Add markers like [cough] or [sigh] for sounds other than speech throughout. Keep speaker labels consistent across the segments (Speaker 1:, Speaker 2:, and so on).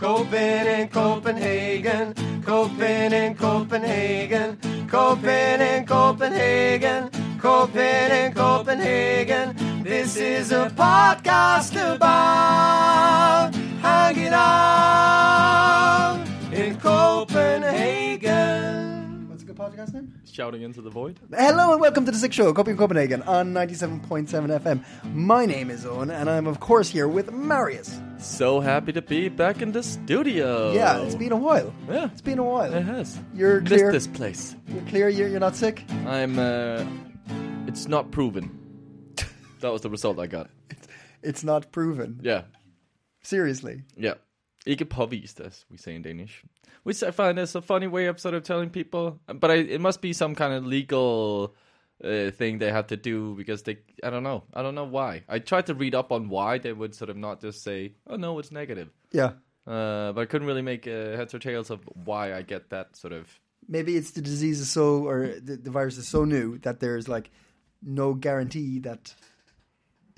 Speaker 1: Copen in Copenhagen, Copen in Copenhagen, Copen in Copenhagen, Copen in Copenhagen. This is a podcast about hanging out in Copenhagen.
Speaker 2: What's a good podcast name?
Speaker 3: shouting into the void.
Speaker 2: Hello and welcome to the Sick Show, Copy in Copenhagen on 97.7 FM. My name is Owen, and I'm of course here with Marius.
Speaker 3: So happy to be back in the studio.
Speaker 2: Yeah, it's been a while.
Speaker 3: Yeah.
Speaker 2: It's been a while.
Speaker 3: It has.
Speaker 2: You're
Speaker 3: Missed
Speaker 2: clear.
Speaker 3: this place.
Speaker 2: You're clear, you're, you're not sick?
Speaker 3: I'm. uh It's not proven. that was the result I got.
Speaker 2: It's not proven.
Speaker 3: Yeah,
Speaker 2: Seriously.
Speaker 3: yeah. Ikke påvist, as we say in Danish, which I find is a funny way of sort of telling people. But I, it must be some kind of legal uh, thing they have to do because they. I don't know. I don't know why. I tried to read up on why they would sort of not just say, "Oh no, it's negative."
Speaker 2: Yeah.
Speaker 3: Uh, but I couldn't really make uh, heads or tails of why I get that sort of
Speaker 2: Maybe it's the disease is so, or the, the virus is so new that there's like no guarantee that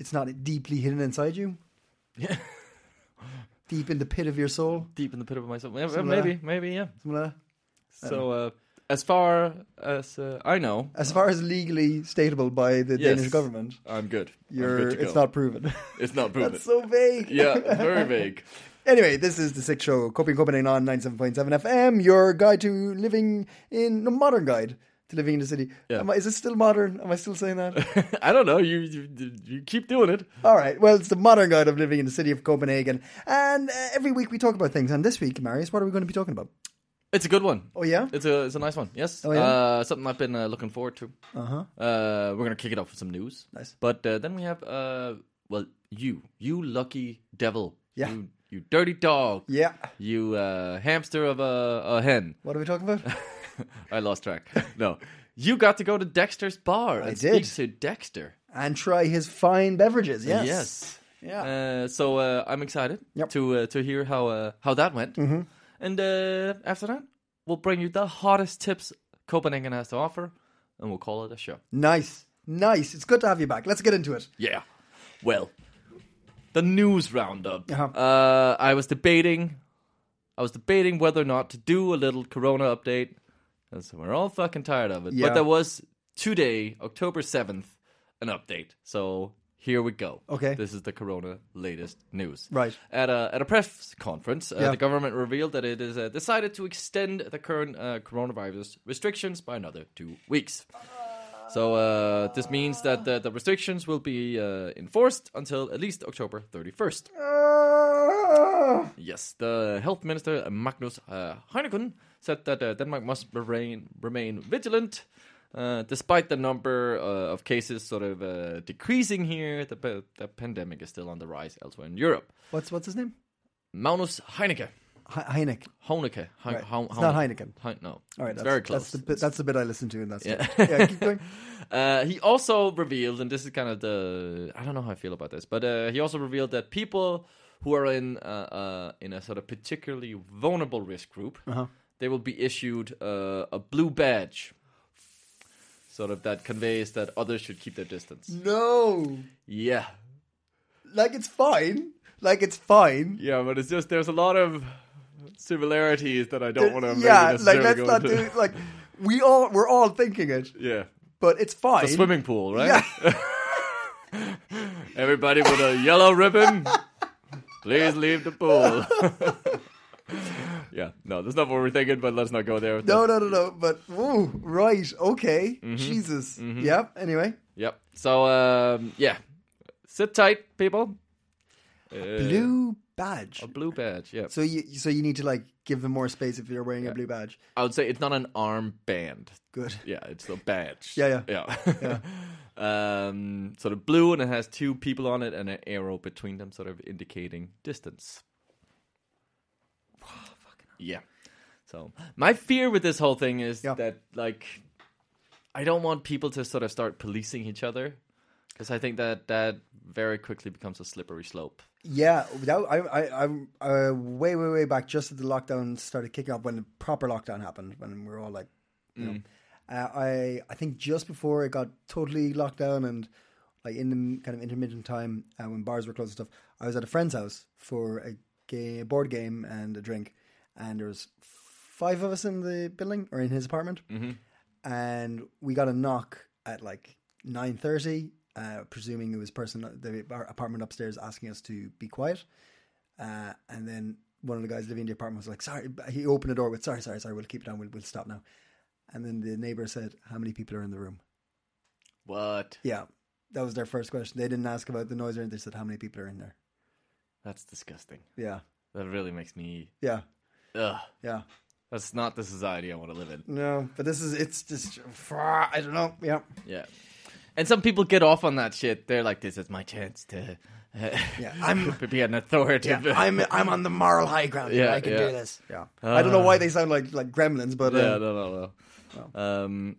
Speaker 2: it's not deeply hidden inside you.
Speaker 3: Yeah.
Speaker 2: [laughs] Deep in the pit of your soul.
Speaker 3: deep in the pit of myself. Yeah,
Speaker 2: Something like
Speaker 3: maybe, maybe, yeah.
Speaker 2: Something like that.
Speaker 3: So uh, as far as uh, I know,
Speaker 2: As far as legally stateable by the
Speaker 3: Yes.
Speaker 2: Danish government,
Speaker 3: I'm good. I'm
Speaker 2: you're,
Speaker 3: good to
Speaker 2: it's
Speaker 3: go.
Speaker 2: not proven.
Speaker 3: [laughs] It's not proven.
Speaker 2: That's so [laughs] vague.
Speaker 3: yeah, very vague.
Speaker 2: Anyway, this is the Sick Show, Coping Copenhagen on 97.7 FM, your guide to living in, no, modern guide to living in the city.
Speaker 3: Yeah.
Speaker 2: Am I, is it still modern? Am I still saying that? [laughs]
Speaker 3: I don't know. You, you you keep doing it.
Speaker 2: All right. Well, it's the modern guide of living in the city of Copenhagen. And uh, every week we talk about things. And this week, Marius, what are we going to be talking about?
Speaker 3: It's a good one.
Speaker 2: Oh, yeah?
Speaker 3: It's a it's a nice one. Yes.
Speaker 2: Oh, yeah?
Speaker 3: Uh, something I've been uh, looking forward to. Uh-huh. We're gonna kick it off with some news.
Speaker 2: Nice.
Speaker 3: But uh, then we have uh, well, you, you lucky devil.
Speaker 2: Yeah.
Speaker 3: You, you dirty dog.
Speaker 2: Yeah.
Speaker 3: You uh, hamster of a, a hen.
Speaker 2: What are we talking about?
Speaker 3: [laughs] I lost track. No, you got to go to Dexter's bar and
Speaker 2: did.
Speaker 3: speak to Dexter.
Speaker 2: and try his fine beverages. Yes. Yeah.
Speaker 3: Uh, so uh, I'm excited
Speaker 2: Yep.
Speaker 3: to uh, to hear how uh, how that went. Mm-hmm. And uh, after that, we'll bring you the hottest tips Copenhagen has to offer, and we'll call it a show.
Speaker 2: Nice. Nice. It's good to have you back. Let's get into
Speaker 3: [laughs]
Speaker 2: it.
Speaker 3: Yeah. Well, the news roundup.
Speaker 2: Uh-huh.
Speaker 3: Uh, I was debating. I was debating whether or not to do a little Corona update, and so we're all fucking tired of it.
Speaker 2: Yeah.
Speaker 3: But there was today, October seventh, an update. So here we go.
Speaker 2: Okay.
Speaker 3: This is the Corona latest news.
Speaker 2: Right.
Speaker 3: At a at a press conference, uh,
Speaker 2: Yeah.
Speaker 3: the government revealed that it is uh, decided to extend the current uh, coronavirus restrictions by another two weeks. So uh, this means that the, the restrictions will be uh, enforced until at least October 31st. Yes, the health minister uh, Magnus uh, Heineken said that uh, Denmark must remain remain vigilant. Uh, despite the number uh, of cases sort of uh, decreasing here, the, pa- the pandemic is still on the rise elsewhere in Europe.
Speaker 2: What's what's his name?
Speaker 3: Magnus Heineken.
Speaker 2: He- Heineck.
Speaker 3: Honeke. Hein-
Speaker 2: Right.
Speaker 3: Hon-
Speaker 2: It's not
Speaker 3: Hon-
Speaker 2: Heineken.
Speaker 3: Hein- no.
Speaker 2: All right,
Speaker 3: It's
Speaker 2: that's,
Speaker 3: very close.
Speaker 2: That's the bit, that's the bit I listen to, and that's
Speaker 3: Yeah.
Speaker 2: it. yeah.
Speaker 3: [laughs]
Speaker 2: Keep going.
Speaker 3: Uh, he also revealed, and this is kind of the I don't know how I feel about this, but uh, he also revealed that people who are in uh, uh, in a sort of particularly vulnerable risk group,
Speaker 2: Uh-huh.
Speaker 3: they will be issued uh, a blue badge, sort of that conveys that others should keep their distance.
Speaker 2: Mm. No,
Speaker 3: Yeah,
Speaker 2: like it's fine. Like it's fine.
Speaker 3: yeah, but it's just there's a lot of similarities that I don't want to.
Speaker 2: Uh, yeah, like let's not do like we all we're all thinking it,
Speaker 3: [laughs] Yeah,
Speaker 2: but it's fine.
Speaker 3: a swimming pool,
Speaker 2: [laughs]
Speaker 3: right?
Speaker 2: Yeah.
Speaker 3: Everybody with a yellow
Speaker 2: [laughs]
Speaker 3: ribbon, please leave the pool. [laughs] yeah, no, that's not what we're thinking, but let's not go there. with
Speaker 2: No,
Speaker 3: that.
Speaker 2: no, no, no. But ooh, right, okay,
Speaker 3: Mm-hmm.
Speaker 2: Jesus. Yeah. Anyway,
Speaker 3: Yep. So, um, yeah, sit tight, people.
Speaker 2: blue badge.
Speaker 3: A blue badge. Yeah,
Speaker 2: So you so you need to like give them more space if you're wearing a blue badge.
Speaker 3: I would say it's not an arm band.
Speaker 2: Good.
Speaker 3: Yeah, it's a badge.
Speaker 2: Yeah, yeah.
Speaker 3: yeah. [laughs] um, sort of blue, and it has two people on it and an arrow between them, sort of indicating distance. Yeah. So my fear with this whole thing is
Speaker 2: Yeah.
Speaker 3: that like I don't want people to sort of start policing each other because I think that that very quickly becomes a slippery slope.
Speaker 2: Yeah, that, I, I, I'm uh, way, way, way back. Just as the lockdown started kicking up, when the proper lockdown happened, when we were all like, you know, uh, I, I think just before it got totally locked down and like in the kind of intermittent time uh, when bars were closed and stuff, I was at a friend's house for a, ga- a board game and a drink, and there was five of us in the building or in his apartment, and we got a knock at like nine thirty, uh, presuming it was person the our apartment upstairs asking us to be quiet, uh, and then one of the guys living in the apartment was like, "Sorry," he opened the door with, "Sorry, sorry, sorry, we'll keep it on, we'll, we'll stop now," and then the neighbor said, "How many people are in the room?"
Speaker 3: What?
Speaker 2: Yeah, that was their first question. They didn't ask about the noise or anything. They said, "How many people are in there?"
Speaker 3: That's disgusting.
Speaker 2: Yeah,
Speaker 3: That really makes me
Speaker 2: yeah,
Speaker 3: ugh.
Speaker 2: yeah.
Speaker 3: That's not the society I want to live in.
Speaker 2: No, but this is it's just I don't know. Yeah,
Speaker 3: Yeah. And some people get off on that shit. They're like, "This is my chance to, uh, [laughs]
Speaker 2: Yeah, I'm-
Speaker 3: to be an authoritative."
Speaker 2: I'm I'm on the moral high ground. here.
Speaker 3: Yeah,
Speaker 2: I can
Speaker 3: yeah. Uh,
Speaker 2: do this. Yeah, I don't know why they sound like like gremlins, but uh,
Speaker 3: [laughs] yeah, no, no, no. Um,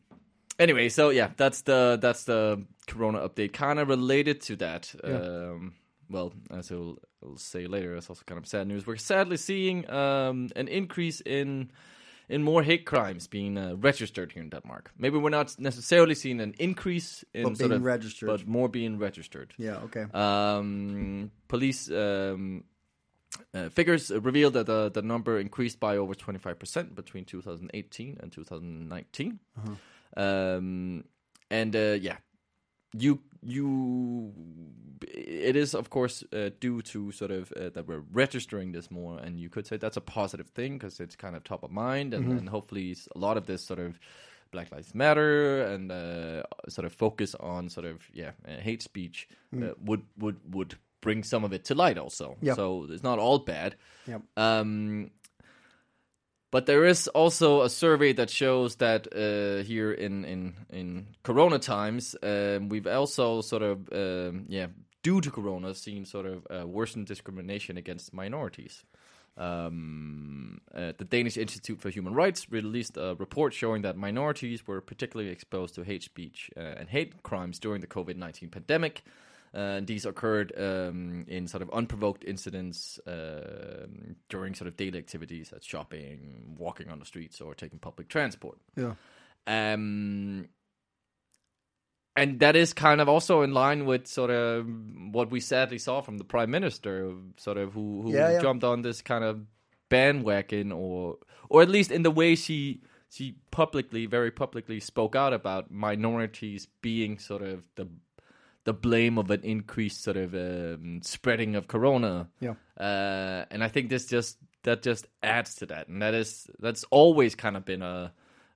Speaker 3: anyway, so yeah, that's the that's the Corona update. Kind of related to that. Um, well, as I'll, I'll say later, it's also kind of sad news. We're sadly seeing um, an increase in in more hate crimes being uh, registered here in Denmark. Maybe we're not necessarily seeing an increase in
Speaker 2: But
Speaker 3: sort
Speaker 2: being
Speaker 3: of-
Speaker 2: registered.
Speaker 3: but more being registered.
Speaker 2: yeah, okay.
Speaker 3: Uh, Um, police um, uh, figures reveal that the, the number increased by over 25% between 2018 and 2019. Um, and uh, yeah, you you it is of course uh, due to sort of uh, that we're registering this more and you could say that's a positive thing because it's kind of top of mind and, and hopefully s- a lot of this sort of black lives matter and uh, sort of focus on sort of yeah uh, hate speech uh, would would would bring some of it to light also
Speaker 2: Yep.
Speaker 3: so it's not all bad
Speaker 2: Yep.
Speaker 3: um but there is also a survey that shows that uh, here in in in Corona times, um, we've also sort of um, yeah, due to Corona, seen sort of uh, worsened discrimination against minorities. Um, uh, the Danish Institute for Human Rights released a report showing that minorities were particularly exposed to hate speech uh, and hate crimes during the COVID nineteen pandemic. Uh, and these occurred um, in sort of unprovoked incidents um during sort of daily activities, at shopping, walking on the streets, or taking public transport.
Speaker 2: Yeah.
Speaker 3: Um, and that is kind of also in line with sort of what we sadly saw from the prime minister, sort of who who
Speaker 2: Yeah, yeah.
Speaker 3: jumped on this kind of bandwagon, or or at least in the way she she publicly, very publicly, spoke out about minorities being sort of the the blame of an increased sort of um, spreading of corona.
Speaker 2: Yeah.
Speaker 3: Uh, and I think this just that just adds to that, and that is that's always kind of been a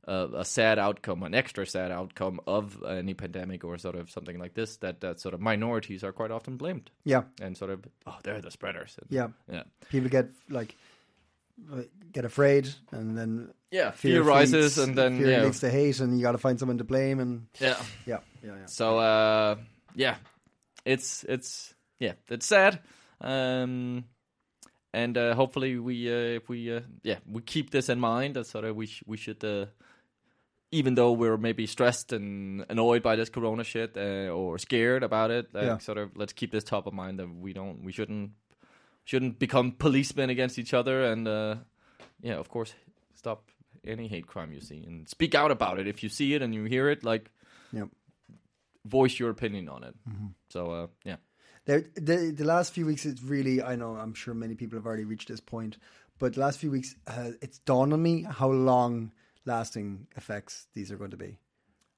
Speaker 3: a, a sad outcome, an extra sad outcome of any pandemic or sort of something like this. That that sort of minorities are quite often blamed,
Speaker 2: Yeah,
Speaker 3: and sort of oh they're the spreaders. And-
Speaker 2: yeah.
Speaker 3: yeah,
Speaker 2: People get like like, get afraid, and then
Speaker 3: yeah.
Speaker 2: fear
Speaker 3: Fear, rises,
Speaker 2: feeds-
Speaker 3: and then
Speaker 2: fear
Speaker 3: yeah,
Speaker 2: leads to hate, and you got to find someone to blame, and
Speaker 3: yeah.
Speaker 2: yeah, yeah, yeah.
Speaker 3: So uh, yeah, it's it's yeah, it's sad. Um, and uh, hopefully we uh, if we uh, yeah we keep this in mind that sort of we sh- we should uh, even though we're maybe stressed and annoyed by this corona shit uh, or scared about it like,
Speaker 2: Yeah.
Speaker 3: sort of let's keep this top of mind that we don't we shouldn't shouldn't become policemen against each other and uh, yeah of course stop any hate crime you see and speak out about it if you see it and you hear it like
Speaker 2: Yep.
Speaker 3: voice your opinion on it. So uh, yeah,
Speaker 2: There, the the last few weeks, it's really I know I'm sure many people have already reached this point, but the last few weeks, uh, it's dawned on me how long lasting effects these are going to be,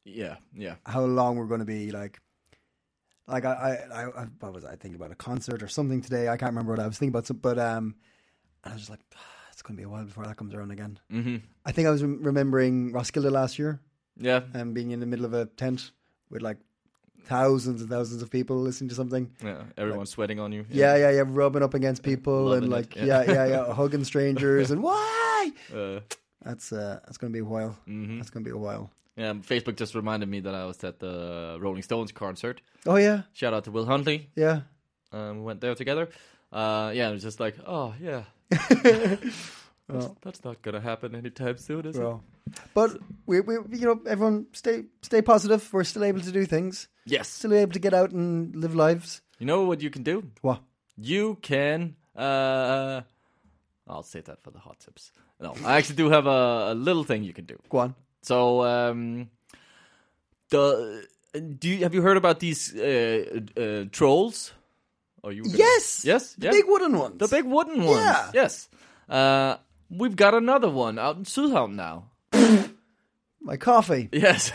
Speaker 3: yeah, yeah,
Speaker 2: how long we're going to be like. Like I, I, I, I what was I thinking about a concert or something today? I can't remember what I was thinking about, some, but um, and I was just like, "Ah, it's going to be a while before that comes around again.
Speaker 3: hmm
Speaker 2: I think I was rem- remembering Roskilde last year
Speaker 3: yeah,
Speaker 2: and being in the middle of a tent with like thousands and thousands of people listening to something.
Speaker 3: yeah. Everyone's sweating on you.
Speaker 2: Yeah, yeah, yeah, rubbing up against people
Speaker 3: loving
Speaker 2: and
Speaker 3: it,
Speaker 2: like
Speaker 3: yeah.
Speaker 2: yeah, yeah, yeah,
Speaker 3: [laughs]
Speaker 2: hugging strangers and why?
Speaker 3: yeah. Uh, Mm-hmm.
Speaker 2: That's uh, that's gonna be a while. That's gonna be a while.
Speaker 3: Yeah, Facebook just reminded me that I was at the Rolling Stones concert.
Speaker 2: Oh yeah,
Speaker 3: Shout out to Will Huntley.
Speaker 2: yeah.
Speaker 3: Um, we went there together. Uh, yeah, it was just like, oh [laughs] yeah, that's, that's not gonna happen anytime soon, is it?
Speaker 2: Bro. But we, we, you know, everyone stay stay positive. We're still able to do things.
Speaker 3: Yes.
Speaker 2: Still able to get out and live lives.
Speaker 3: You know what you can do?
Speaker 2: What?
Speaker 3: You can. Uh, I'll save that for the hot tips. No, I actually do have a, a little thing you can do.
Speaker 2: Go on.
Speaker 3: So, um, the do you, have you heard about these uh, uh, trolls? Are you? gonna-
Speaker 2: Yes.
Speaker 3: Yes.
Speaker 2: The
Speaker 3: yeah.
Speaker 2: big wooden ones.
Speaker 3: The big wooden ones.
Speaker 2: Yeah.
Speaker 3: Yes. Uh, we've got another one out in Sudhavn now.
Speaker 2: My coffee.
Speaker 3: Yes.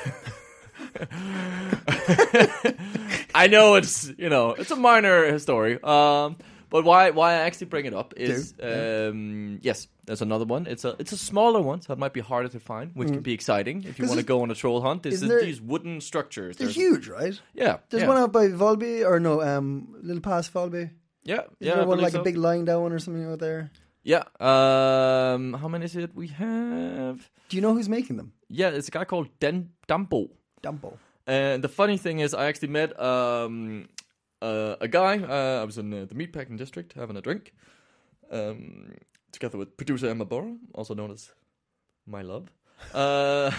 Speaker 3: I know it's you know it's a minor story, um, but why why I actually bring it up is um, yes, there's another one. It's a it's a smaller one, so it might be harder to find, which can be exciting if you want to
Speaker 2: it's-
Speaker 3: go on a troll hunt. This
Speaker 2: Mm. isn't
Speaker 3: is
Speaker 2: there-
Speaker 3: these wooden structures.
Speaker 2: They're
Speaker 3: There's-
Speaker 2: huge, right?
Speaker 3: Yeah,
Speaker 2: There's
Speaker 3: yeah,
Speaker 2: one out by Volby or no, um, Little Pass Volby.
Speaker 3: Yeah,
Speaker 2: Is
Speaker 3: yeah, I
Speaker 2: there one
Speaker 3: believe
Speaker 2: like
Speaker 3: so.
Speaker 2: a big lying down one or something out there?
Speaker 3: Yeah. Um, how many is it we have?
Speaker 2: Do you know who's making them?
Speaker 3: Yeah, it's a guy called Den Dambo.
Speaker 2: Dumbo.
Speaker 3: And the funny thing is, I actually met um, uh, a guy. Uh, I was in uh, the meatpacking district having a drink, um, together with producer Emma Borrow, also known as my love. Uh, [laughs]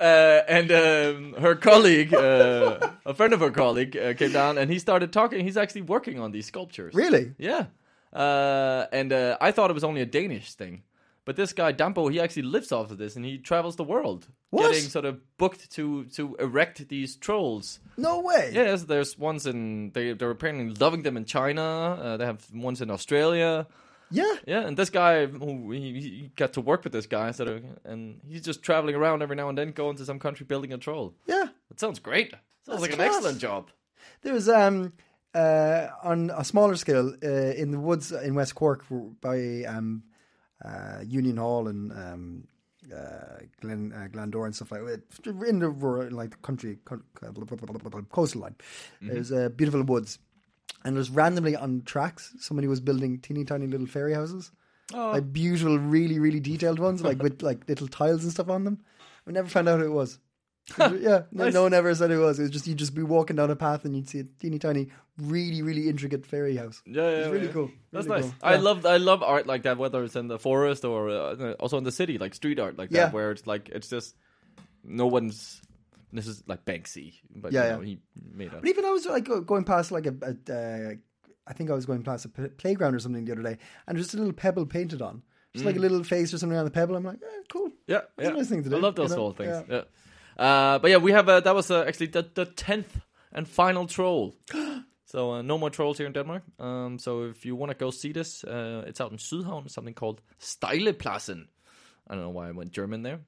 Speaker 3: uh, and um, her colleague, uh, a friend of her colleague, uh, came down and he started talking. He's actually working on these sculptures.
Speaker 2: Really?
Speaker 3: Yeah. Uh, and uh, I thought it was only a Danish thing. But this guy, Dampo, he actually lives off of this and he travels the world.
Speaker 2: What?
Speaker 3: Getting sort of booked to, to erect these trolls.
Speaker 2: No way.
Speaker 3: Yes, there's ones in. They, they're apparently loving them in China. Uh, they have ones in Australia.
Speaker 2: Yeah.
Speaker 3: Yeah, and this guy, who he, he got to work with this guy, sort of, and he's just traveling around every now and then, going to some country, building a troll.
Speaker 2: Yeah.
Speaker 3: That sounds great. Sounds like an
Speaker 2: class.
Speaker 3: excellent job.
Speaker 2: There was um uh on a smaller scale uh, in the woods in West Cork by um uh Union Hall and um uh Glen uh, Glendore and stuff like that. In the rural, like the country con- coastline,
Speaker 3: Mm-hmm.
Speaker 2: there's uh, beautiful woods, and there's randomly on tracks somebody was building teeny tiny little fairy houses.
Speaker 3: Oh.
Speaker 2: Like beautiful, really, really detailed ones, like with
Speaker 3: [laughs]
Speaker 2: like little tiles and stuff on them. We never found out who it was. yeah, no, no one ever said it was. It was just you'd just be walking down a path and you'd see a teeny tiny, really, really intricate fairy house.
Speaker 3: Yeah, yeah,
Speaker 2: it's really
Speaker 3: yeah.
Speaker 2: cool.
Speaker 3: That's
Speaker 2: really
Speaker 3: nice.
Speaker 2: cool.
Speaker 3: I
Speaker 2: Yeah.
Speaker 3: love I love art like that, whether it's in the forest or uh, also in the city, like street art like
Speaker 2: Yeah.
Speaker 3: that, where it's like it's just no one's. This is like Banksy, but
Speaker 2: Yeah,
Speaker 3: you
Speaker 2: yeah.
Speaker 3: know, he made up.
Speaker 2: But even I was like go- going past like a, a uh, I think I was going past a p- playground or something the other day, and there's just a little pebble painted on, just like a little face or something on the pebble. I'm like, eh, cool.
Speaker 3: Mm. Yeah,
Speaker 2: That's
Speaker 3: yeah.
Speaker 2: a nice thing to do.
Speaker 3: I love those
Speaker 2: you know?
Speaker 3: whole things.
Speaker 2: Yeah.
Speaker 3: Yeah. Uh, but yeah, we have uh, that was uh, actually the the tenth and final
Speaker 2: [gasps]
Speaker 3: troll. so uh, no more trolls here in Denmark. Um, so if you want to go see this, uh, it's out in Sydhavn, something called Steilepladsen. I don't know why I went German
Speaker 2: [laughs]
Speaker 3: there.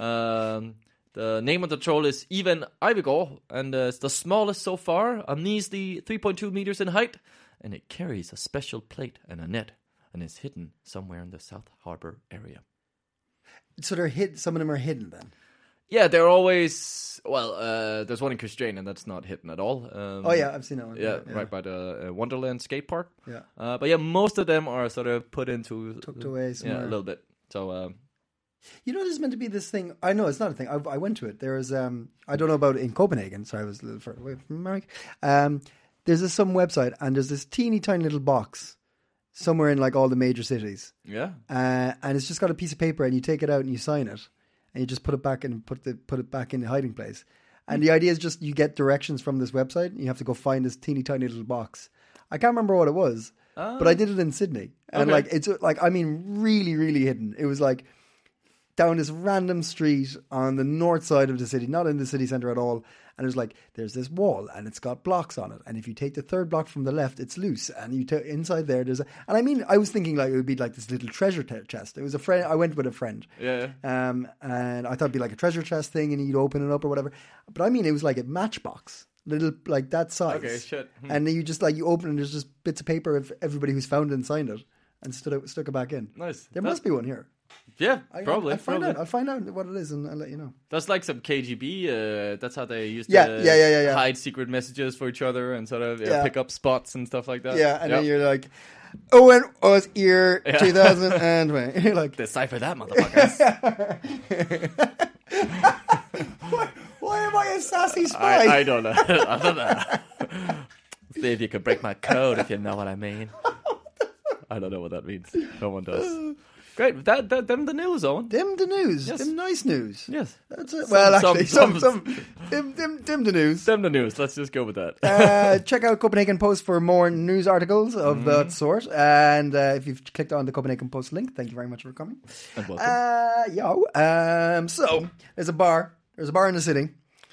Speaker 3: um, the name of the troll is Ivan Ivigor, and uh, it's the smallest so far. Um, A measly 3.2 meters in height, and it carries a special plate and a net, and is hidden somewhere in the South Harbor area.
Speaker 2: So they're hid. Some of them are hidden then.
Speaker 3: Yeah, they're always well. Uh, there's one in Christian, and that's not hidden at all. Um,
Speaker 2: Oh yeah, I've seen that one.
Speaker 3: yeah, right by the uh, Wonderland skate park.
Speaker 2: Yeah.
Speaker 3: uh, but yeah, most of them are sort of put into
Speaker 2: Tucked away
Speaker 3: Yeah,
Speaker 2: somewhere.
Speaker 3: a little bit. So um,
Speaker 2: You know, there's meant to be this thing. I know it's not a thing. I, I went to it. There is, um, I don't know about it in Copenhagen. Sorry, I was a little further away from Mark. Um, there's this, some website, and there's this teeny tiny little box somewhere in like all the major cities,
Speaker 3: yeah,
Speaker 2: uh, and it's just got a piece of paper, and you take it out and you sign it, and you just put it back and put the put it back in the hiding place. And the idea is just you get directions from this website, and you have to go find this teeny tiny little box. I can't remember what it was, but I did it in Sydney, and
Speaker 3: Okay.
Speaker 2: like it's uh, like I mean, really, really hidden. It was like down this random street on the north side of the city, not in the city center at all. And there's like there's this wall, and it's got blocks on it. And if you take the third block from the left, it's loose. And you t- inside there, there's a, and I mean, I was thinking like it would be like this little treasure te- chest. It was a friend. I went with a friend.
Speaker 3: Yeah,
Speaker 2: Um, and I thought it'd be like a treasure chest thing, and you'd open it up or whatever. But I mean, it was like a matchbox, little like that size.
Speaker 3: Okay, shit. Hmm.
Speaker 2: And then you just like you open, it and there's just bits of paper of everybody who's found and signed it, and stood it, stuck it back in.
Speaker 3: Nice.
Speaker 2: There
Speaker 3: That-
Speaker 2: must be one here.
Speaker 3: Yeah,
Speaker 2: Oh, I,
Speaker 3: probably.
Speaker 2: I'll find
Speaker 3: probably.
Speaker 2: out. I'll find out what it is, and I'll let you know.
Speaker 3: That's like some KGB. Uh, that's how they used
Speaker 2: Yeah,
Speaker 3: to
Speaker 2: yeah, yeah, yeah, yeah.
Speaker 3: hide secret messages for each other and sort of uh,
Speaker 2: Yeah.
Speaker 3: pick up spots and stuff like that.
Speaker 2: Yeah, and then
Speaker 3: Yep.
Speaker 2: you're like, Owen was here 2020. [laughs] You're like,
Speaker 3: decipher that, motherfuckers.
Speaker 2: why am I a sassy spy?
Speaker 3: I, I don't know. [laughs] I don't know. See if you could break my code, if you know what I [laughs] mean. I don't know what that means. No one does. Great. That, that them the news, Owen.
Speaker 2: Dim the news.
Speaker 3: Yes.
Speaker 2: Dim nice news.
Speaker 3: Yes.
Speaker 2: That's it. Well,
Speaker 3: Some-
Speaker 2: actually, some,
Speaker 3: some-
Speaker 2: some, dim, dim, dim the news.
Speaker 3: Them the news. Let's just go with that.
Speaker 2: Uh, check out Copenhagen Post for more news articles of
Speaker 3: Mm-hmm.
Speaker 2: that sort. And uh, if you've clicked on the Copenhagen Post link, thank you very much for coming.
Speaker 3: [laughs] And welcome.
Speaker 2: Uh, yo. Um, so, there's a bar. There's a bar in the city,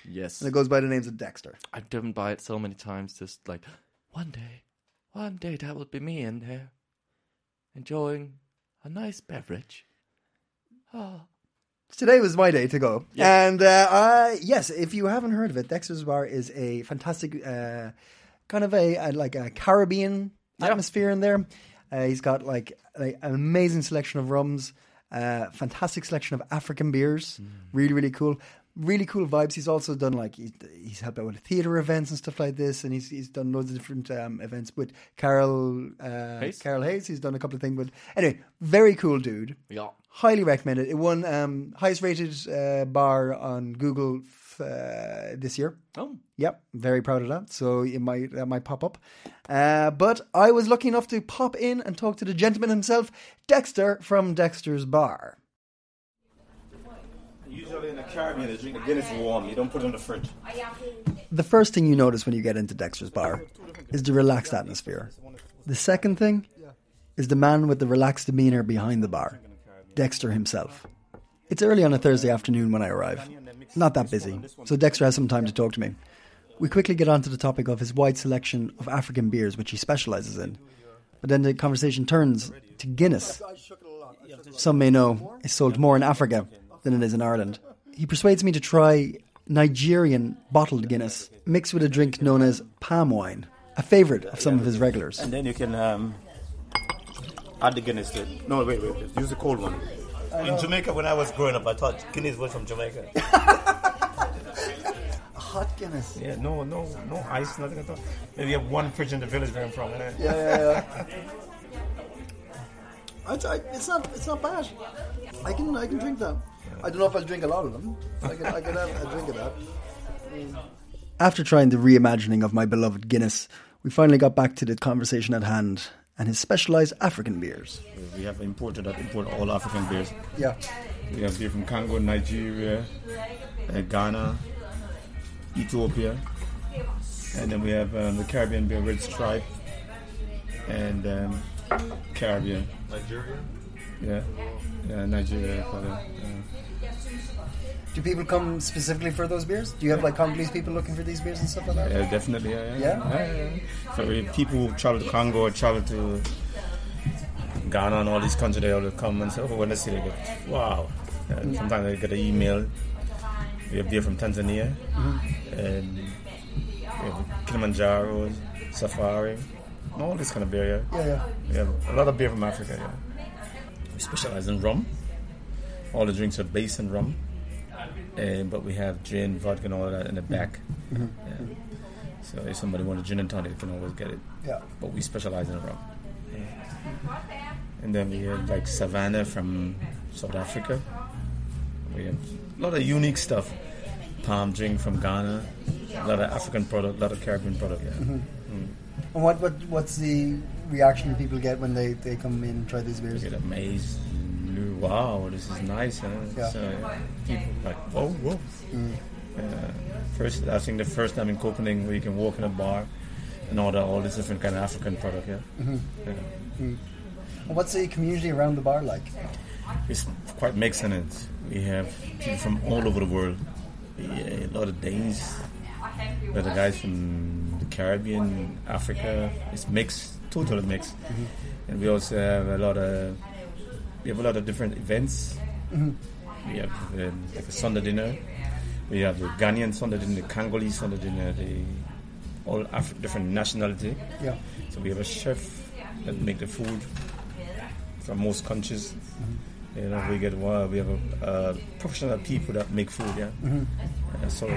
Speaker 3: yes.
Speaker 2: and it goes by the names of Dexter.
Speaker 3: I've driven by it so many times, just like one day, one day that will be me in there, enjoying a nice beverage.
Speaker 2: Today was my day to go. And uh, I, yes, if you haven't heard of it, Dexter's Bar is a fantastic, uh, kind of a, a like a Caribbean atmosphere in there. Uh, he's got like a, an amazing selection of rums, uh, fantastic selection of African beers,
Speaker 3: Mm.
Speaker 2: really really cool, really cool vibes. He's also done like he, he's helped out with theater events and stuff like this, and he's he's done loads of different um, events with Carol uh,
Speaker 3: Hayes?
Speaker 2: Carol Hayes. He's done a couple of things with anyway, very cool dude.
Speaker 3: Yeah.
Speaker 2: Highly recommend it. It won um, highest rated uh, bar on Google f- uh, this year.
Speaker 3: Oh,
Speaker 2: Yep, very proud of that. So it might that might pop up. Uh, but I was lucky enough to pop in and talk to the gentleman himself, Dexter from Dexter's Bar.
Speaker 4: Usually in a Caribbean, they drink the Guinness warm. You don't put it in the fridge.
Speaker 2: The first thing you notice when you get into Dexter's Bar is the relaxed atmosphere. The second thing is the man with the relaxed demeanor behind the bar, Dexter himself. It's early on a Thursday afternoon when I arrive. Not that busy, so Dexter has some time to talk to me. We quickly get onto the topic of his wide selection of African beers, which he specializes in. But then the conversation turns to Guinness. Some may know is sold more in Africa than it is in Ireland. He persuades me to try Nigerian bottled Guinness mixed with a drink known as palm wine, a favorite of some of his regulars.
Speaker 4: And then you can um, add the Guinness to it. No, wait, wait. Use the cold one. In Jamaica, when I was growing up, I thought Guinness was from Jamaica.
Speaker 2: Hot Guinness.
Speaker 4: yeah, no, no, no ice, nothing at all. Maybe you have one fridge in the village where I'm from. Yeah,
Speaker 2: It's, I- it's not. It's not bad. I can. I can drink that. I don't know if I'll drink a lot of them. I can. I can have a drink of that. After trying the reimagining of my beloved Guinness, we finally got back to the conversation at hand and his specialized African beers.
Speaker 4: We have imported that import all African beers.
Speaker 2: Yeah.
Speaker 4: We have beer from Congo, Nigeria, uh, Ghana, Ethiopia, and then we have um, the Caribbean beer, Red Stripe, and um, Caribbean. Nigeria. Yeah, yeah, Nigeria. Probably. yeah.
Speaker 2: Do people come specifically for those beers? Do you have like Congolese people looking for these beers and stuff like that?
Speaker 4: Yeah, definitely. Yeah, yeah.
Speaker 2: Yeah?
Speaker 4: yeah. So we- people who travel to Congo or travel to Ghana and all these countries, they all come and say, "Oh, when they see, they go, wow." And sometimes they get an email. We have beer from Tanzania, and we have Kilimanjaro, Safari, and all this kind of beer. Yeah,
Speaker 2: Yeah,
Speaker 4: We have a lot of beer from Africa. Yeah, we specialize in rum. All the drinks are based in rum, Eh, but we have gin, vodka, and all that in the back. Yeah. So if somebody wants a gin and tonic, they can always get it.
Speaker 2: Yeah.
Speaker 4: But we specialize in rum. And then we have like Savannah from South Africa. We have a lot of unique stuff. Palm drink from Ghana. A lot of African product, a lot of Caribbean product. Yeah.
Speaker 2: And what, what what's the reaction people get when they, they come in and try these beers?
Speaker 4: Get amazed. Wow, this is nice. Huh?
Speaker 2: Yeah.
Speaker 4: So people like whoa, whoa. Yeah. First, I think the first time in Copenhagen where you can walk in a bar and order all this different kind of African product. Yeah. yeah.
Speaker 2: And what's the community around the bar like?
Speaker 4: It's quite mixed in it. We have people from all over the world. Yeah, a lot of Danes, a lot of guys from the Caribbean, Africa. It's mixed, totally mixed. And we also have a lot of we have a lot of different events. We have um, like a Sunday dinner. We have the Ghanaian Sunday dinner, the Congolese Sunday dinner, the all Af- different nationality.
Speaker 2: Yeah.
Speaker 4: So we have a chef that make the food from most countries.
Speaker 2: Mm-hmm.
Speaker 4: You know, we get one. We have a, uh, professional people that make food. Yeah,
Speaker 2: Mm-hmm.
Speaker 4: Uh, so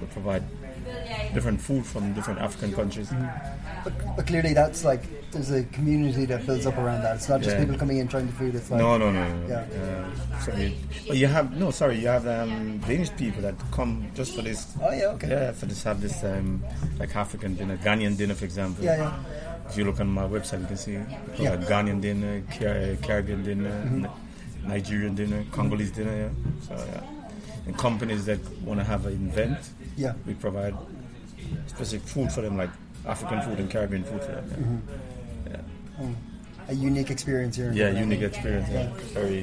Speaker 4: we provide different food from different African countries.
Speaker 2: Mm-hmm. But clearly, that's like there's a community that builds up around that. It's not just
Speaker 4: Yeah.
Speaker 2: people coming in trying to food. It's like
Speaker 4: No, no, no. no.
Speaker 2: Yeah.
Speaker 4: Uh, sorry. But you have no. Sorry, you have um, Danish people that come just for this.
Speaker 2: Oh, yeah, okay.
Speaker 4: Yeah, for this have this um, like African dinner, Ghanaian dinner, for example.
Speaker 2: Yeah, yeah.
Speaker 4: If you look on my website, you can see we
Speaker 2: Yeah. Mm-hmm.
Speaker 4: yeah. Ghanaian dinner, Car- Caribbean dinner, Ni- Nigerian dinner, Congolese dinner. Yeah. So yeah. And companies that want to have an event,
Speaker 2: Yeah.
Speaker 4: we provide specific food for them, like African food and Caribbean food for them. Yeah.
Speaker 2: Mm-hmm. a unique experience here. in
Speaker 4: Yeah,
Speaker 2: Copenhagen.
Speaker 4: unique experience. Yeah. Very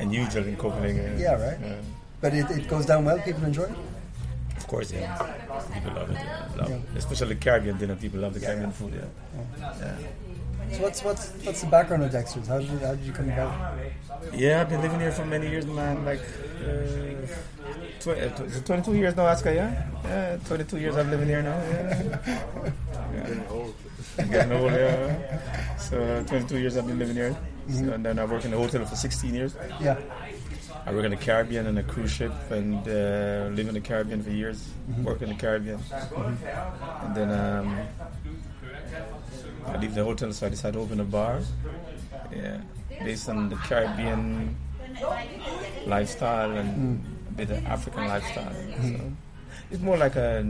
Speaker 4: unusual in Copenhagen.
Speaker 2: Yeah, right. But it, it goes down well. People enjoy it.
Speaker 4: Of course, yeah. People love it. Yeah. Love it. Especially Caribbean dinner. People love the Caribbean food. Yeah.
Speaker 2: So what's what's what's the background of Dexter's? How did you, how did you come about?
Speaker 4: Yeah, I've been living here for many years, man. Like, uh, tw- uh, tw- is it 22 years now, Aska, yeah? Yeah, 22 years I'm living here now. Yeah. I'm getting old. yeah. So, 22 years I've been living here. So, and then I worked in a hotel for 16 years.
Speaker 2: Yeah,
Speaker 4: I work in the Caribbean and a cruise ship and uh, live in the Caribbean for years,
Speaker 2: Mm-hmm.
Speaker 4: work in the Caribbean. And then um, I leave the hotel, so I decided to open a bar. Yeah, based on the Caribbean lifestyle and
Speaker 2: Mm.
Speaker 4: a bit of African lifestyle.
Speaker 2: Mm-hmm.
Speaker 4: So it's more like a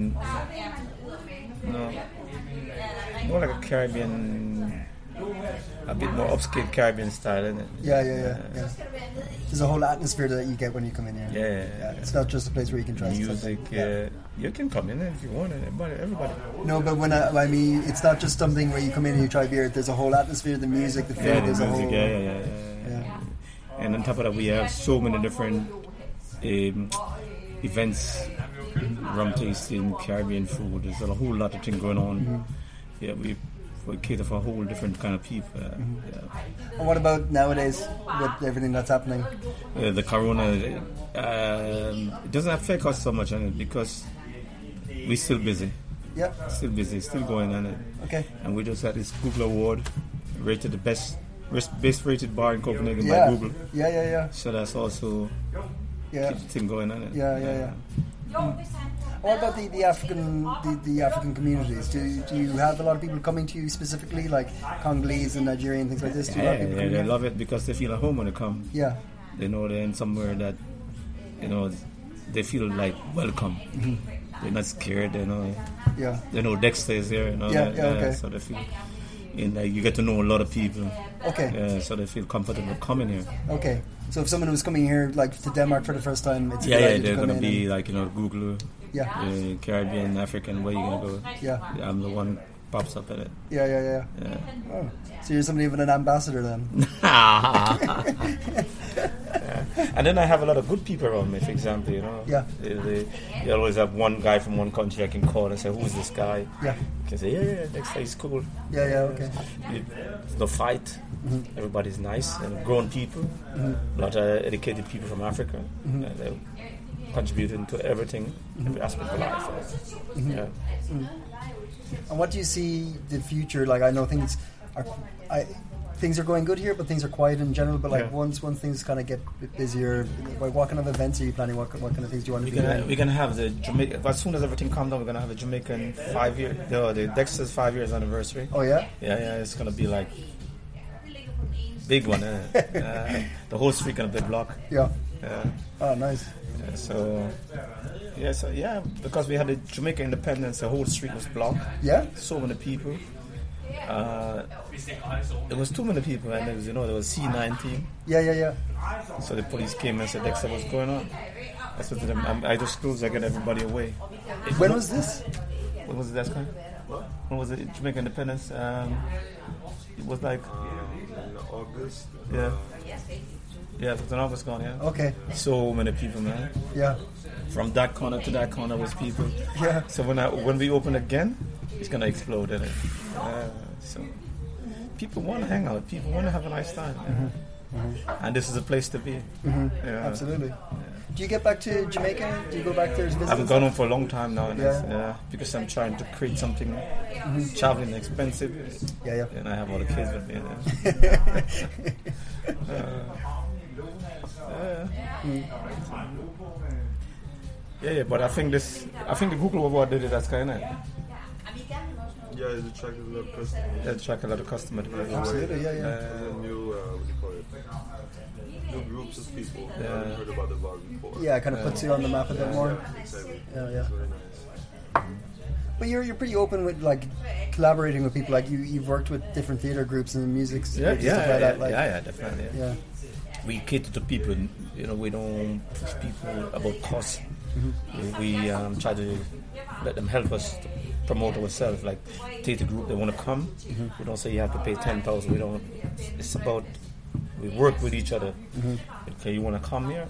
Speaker 4: no, more like a Caribbean, a bit more upscale Caribbean style, isn't it? Uh,
Speaker 2: yeah, yeah, yeah. yeah. There's a whole atmosphere that you get when you come in here.
Speaker 4: Yeah, yeah, yeah.
Speaker 2: It's not just a place where you can try stuff.
Speaker 4: music. Uh, you can come in if you want. Everybody, everybody.
Speaker 2: No, but when I, I mean, it's not just something where you come in and you try beer. There's a whole atmosphere, the music, the food. there's a whole.
Speaker 4: yeah, yeah, yeah, yeah, yeah. And on top of that, we have so many different um, events, rum tasting, Caribbean food. There's a whole lot of thing going on.
Speaker 2: Mm-hmm.
Speaker 4: Yeah, we, we cater for a whole different kind of people. uh,
Speaker 2: Mm-hmm.
Speaker 4: yeah.
Speaker 2: And what about nowadays with everything that's happening?
Speaker 4: uh, the corona um, it doesn't affect us so much on it because we're still busy
Speaker 2: Yeah.
Speaker 4: still busy still going on it
Speaker 2: Okay.
Speaker 4: and we just had this google award rated the best best- best rated bar in copenhagen
Speaker 2: Yeah.
Speaker 4: by google
Speaker 2: Yeah, yeah, yeah,
Speaker 4: so that's also
Speaker 2: yeah.
Speaker 4: keep the thing going on it
Speaker 2: Yeah, yeah, yeah. What about the, the African the, the African communities? Do, do you have a lot of people coming to you specifically, like Congolese and Nigerian things like this? Do you have
Speaker 4: Yeah,
Speaker 2: people
Speaker 4: yeah,
Speaker 2: coming
Speaker 4: they
Speaker 2: here?
Speaker 4: love it because they feel at home when they come
Speaker 2: Yeah,
Speaker 4: they know they're in somewhere that you know they feel like welcome
Speaker 2: Mm-hmm.
Speaker 4: they're not scared they know
Speaker 2: yeah,
Speaker 4: they know Dexter is here and all
Speaker 2: Yeah,
Speaker 4: that.
Speaker 2: yeah, okay.
Speaker 4: So they feel, and uh, you get to know a lot of people.
Speaker 2: Okay.
Speaker 4: Yeah, so they feel comfortable coming here.
Speaker 2: okay. So if someone was coming here, like to Denmark for the first time, it's a
Speaker 4: Yeah,
Speaker 2: good
Speaker 4: yeah,
Speaker 2: idea
Speaker 4: they're
Speaker 2: to come
Speaker 4: gonna
Speaker 2: in
Speaker 4: be
Speaker 2: and-
Speaker 4: like you know Google, [laughs]
Speaker 2: yeah,
Speaker 4: uh, Caribbean, African. Where you gonna go?
Speaker 2: yeah,
Speaker 4: I'm the one pops up at it.
Speaker 2: yeah, yeah, yeah.
Speaker 4: Yeah.
Speaker 2: Oh. So you're somebody of an ambassador
Speaker 4: [laughs]
Speaker 2: then?
Speaker 4: And then I have a lot of good people around me. For example, you know,
Speaker 2: Yeah.
Speaker 4: they, they, you always have one guy from one country I can call and say, "Who's this guy?"
Speaker 2: Yeah,
Speaker 4: You can say, "Yeah, yeah, Dexter is cool."
Speaker 2: yeah, yeah. Okay. Mm-hmm.
Speaker 4: It- no fight. Everybody's nice and grown people. A lot of educated people from Africa.
Speaker 2: Mm-hmm.
Speaker 4: Uh, they're contributing to everything, every aspect of life.
Speaker 2: Mm-hmm.
Speaker 4: Yeah.
Speaker 2: And what do you see the future? Like I know things are, I, things are going good here, but things are quiet in general. But like
Speaker 4: Yeah.
Speaker 2: once once things kind of get b- busier, like what kind of events are you planning? What, what kind of things do you want to
Speaker 4: We're
Speaker 2: do?
Speaker 4: gonna we're gonna have the Jamaica. As soon as everything calms down, we're gonna have the Jamaican five year. The, the Dexter's five years anniversary.
Speaker 2: oh yeah,
Speaker 4: Yeah, yeah, it's gonna be like big one. Eh? uh, the whole street gonna be blocked.
Speaker 2: yeah.
Speaker 4: Yeah.
Speaker 2: Oh nice.
Speaker 4: Yeah, so yeah, so yeah, because we had the Jamaica independence, the whole street was blocked.
Speaker 2: Yeah.
Speaker 4: so many people. Uh, it was too many people, and there was, you know, there was C19.
Speaker 2: Yeah yeah yeah.
Speaker 4: So the police came and said, "Dexter, what's going on?" I said to them, I'm, "I just closed. I get everybody away."
Speaker 2: When was this?
Speaker 4: What was it that time? When was it? Jamaica Independence. Um, it was like
Speaker 5: August.
Speaker 4: yeah, yeah. It was an August gone. Yeah.
Speaker 2: Okay.
Speaker 4: So many people, man.
Speaker 2: Yeah.
Speaker 4: From that corner to that corner was people.
Speaker 2: Yeah.
Speaker 4: So when I when we open again, it's gonna explode in it. Uh, so people want to hang out. People want to have a nice time. yeah. And this is a place to be. Yeah.
Speaker 2: Absolutely.
Speaker 6: Do you get back to Jamaica? Do you go back there as
Speaker 4: I
Speaker 6: visit?
Speaker 4: haven't gone home for a long time now, and it's,
Speaker 6: Yeah.
Speaker 4: yeah, because I'm trying to create something. Traveling is expensive,
Speaker 6: Yeah, yeah.
Speaker 4: and I have other kids with me. And, uh,
Speaker 2: [laughs]
Speaker 4: yeah, yeah, but I think this, I think the Google award did it at Skynet.
Speaker 1: Yeah, it's attracted a lot of customers.
Speaker 4: That attract a lot of customer. to
Speaker 1: Right
Speaker 4: Google.
Speaker 1: away.
Speaker 6: Absolutely, yeah, yeah.
Speaker 1: There's a new, uh, what do you call it? New groups of people. I haven't heard about the bar before.
Speaker 6: Yeah, it kind of puts you on the map a bit more.
Speaker 1: Exactly.
Speaker 6: Yeah, yeah.
Speaker 1: It's very nice.
Speaker 6: But you're, you're pretty open with like collaborating with people. Like you you've worked with different theater groups and music
Speaker 4: Yeah,
Speaker 6: groups and
Speaker 4: yeah,
Speaker 6: stuff
Speaker 4: yeah,
Speaker 6: like that.
Speaker 4: yeah,
Speaker 6: Like,
Speaker 4: yeah, yeah, definitely. yeah.
Speaker 6: yeah.
Speaker 4: we cater to people. You know, we don't push people about cost.
Speaker 6: Mm-hmm.
Speaker 4: We we, um, try to let them help us to promote ourselves. Like theater group, they want to come.
Speaker 6: Mm-hmm.
Speaker 4: We don't say you have to pay ten thousand. We don't. It's about we work with each other.
Speaker 6: Mm-hmm.
Speaker 4: Okay, you want to come here?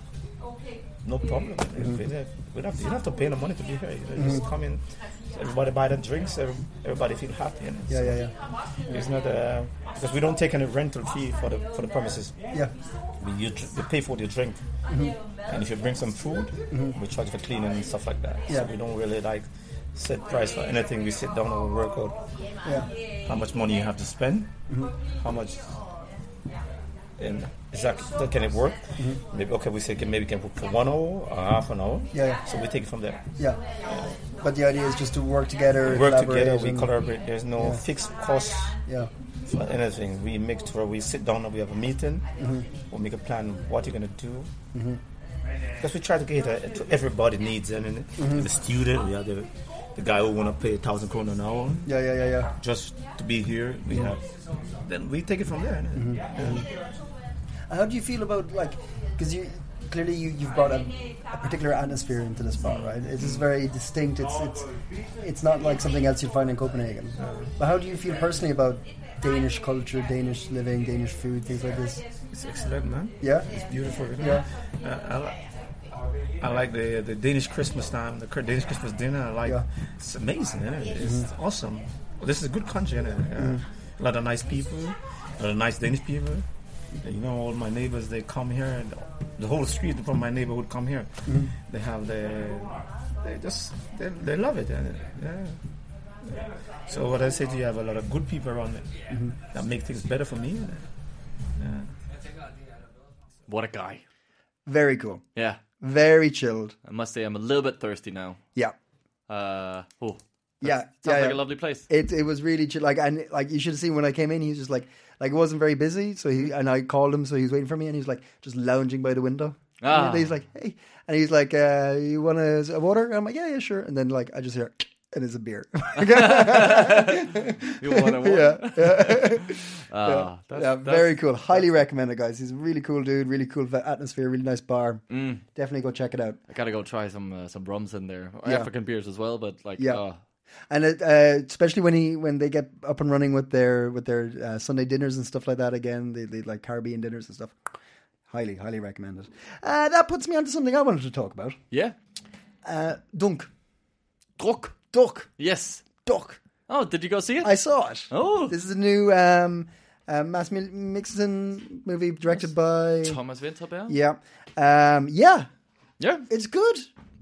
Speaker 4: No problem. We don't- we don't have to, you don't have to pay the money to be here. You know,
Speaker 6: Mm-hmm.
Speaker 4: Just come in. Everybody buy the drinks. every- Everybody feel happy. And
Speaker 6: Yeah, yeah, yeah.
Speaker 4: It's not a, because we don't take any rental fee for the for the premises
Speaker 6: Yeah.
Speaker 4: we, you, dr- we pay for what you drink, and if you bring some food, we charge for cleaning and stuff like that.
Speaker 6: Yeah.
Speaker 4: So we don't really like set price for anything. We sit down and we work out
Speaker 6: Yeah.
Speaker 4: how much money you have to spend, how much, and exactly can it work? Maybe okay, we say can, maybe can work for one hour or half an hour.
Speaker 6: Yeah, yeah.
Speaker 4: So we take it from there.
Speaker 6: Yeah. But the idea is just to work together,
Speaker 4: We work
Speaker 6: collaborate
Speaker 4: together. We
Speaker 6: and-
Speaker 4: collaborate. There's no fixed cost.
Speaker 6: Yeah.
Speaker 4: for anything. We make sure we sit down and we have a meeting. We make a plan of what you're gonna do. Because we try to get uh, to everybody needs. I mean, the student, we have the, the guy who wanna pay a thousand kroner an hour
Speaker 6: Yeah, yeah, yeah, yeah.
Speaker 4: just to be here. We have then we take it from there. innit?
Speaker 6: How do you feel about like because you clearly you, you've brought a, a particular atmosphere into this bar, right? It is very distinct. It's it's it's not like something else you'd find in Copenhagen. But how do you feel personally about Danish culture, Danish living, Danish food, things like this?
Speaker 4: It's excellent, man.
Speaker 6: Yeah,
Speaker 4: It's beautiful. you know?
Speaker 6: Yeah.
Speaker 4: Uh, I, li- I like the the Danish Christmas time, the Cr- Danish Christmas dinner. I like
Speaker 6: Yeah.
Speaker 4: it's amazing. Isn't it? It's awesome. This is a good country. Isn't it? Uh, A lot of nice people, a lot of nice Danish people. You know, all my neighbors they come here, and the whole street from my neighborhood come here. They have their they just they, they love it. And yeah. So what I say to you, I have a lot of good people around me that make things better for me. innit? Yeah.
Speaker 3: What a guy.
Speaker 2: Very cool.
Speaker 3: Yeah.
Speaker 2: Very chilled.
Speaker 3: I must say I'm a little bit thirsty now.
Speaker 2: Yeah.
Speaker 3: Uh, oh,
Speaker 2: Yeah.
Speaker 3: sounds
Speaker 2: yeah,
Speaker 3: like
Speaker 2: yeah.
Speaker 3: a lovely
Speaker 2: [laughs]
Speaker 3: place.
Speaker 2: it it was really chill. Like and like you should have seen when I came in. He was just like like it wasn't very busy. So
Speaker 3: Mm-hmm.
Speaker 2: he and I called him. So he was waiting for me, and he was like just lounging by the window.
Speaker 3: Ah.
Speaker 2: And he's like, hey, and he's like, uh, you want a, a water? And I'm like, yeah, yeah, sure. And then like I just hear, and it's a
Speaker 3: [laughs]
Speaker 2: beer. [laughs]
Speaker 3: You want to
Speaker 2: yeah, yeah,
Speaker 3: Ah, that's,
Speaker 2: yeah.
Speaker 3: that's-
Speaker 2: Very cool. Highly recommend it, guys. He's a really cool dude. Really cool va- atmosphere. Really nice bar.
Speaker 3: Mm.
Speaker 2: Definitely go check it out.
Speaker 3: I gotta go try some uh, some rums in there,
Speaker 2: Yeah.
Speaker 3: African beers as well. But like,
Speaker 2: Yeah.
Speaker 3: ah,
Speaker 2: and it, uh, especially when he when they get up and running with their with their uh, Sunday dinners and stuff like that again, they, they like Caribbean dinners and stuff. Highly, highly recommend it. Uh, that puts me onto something I wanted to talk about.
Speaker 3: yeah,
Speaker 2: Uh, Dunk,
Speaker 3: druk,
Speaker 2: Dunk,
Speaker 3: yes.
Speaker 2: Dunk.
Speaker 3: Oh, did you go see it?
Speaker 2: I saw it.
Speaker 3: Oh.
Speaker 2: this is a new um, uh, Mass Mil- Mixon movie directed by.
Speaker 3: Thomas Winterberg.
Speaker 2: Yeah, um, yeah,
Speaker 3: yeah,
Speaker 2: it's good.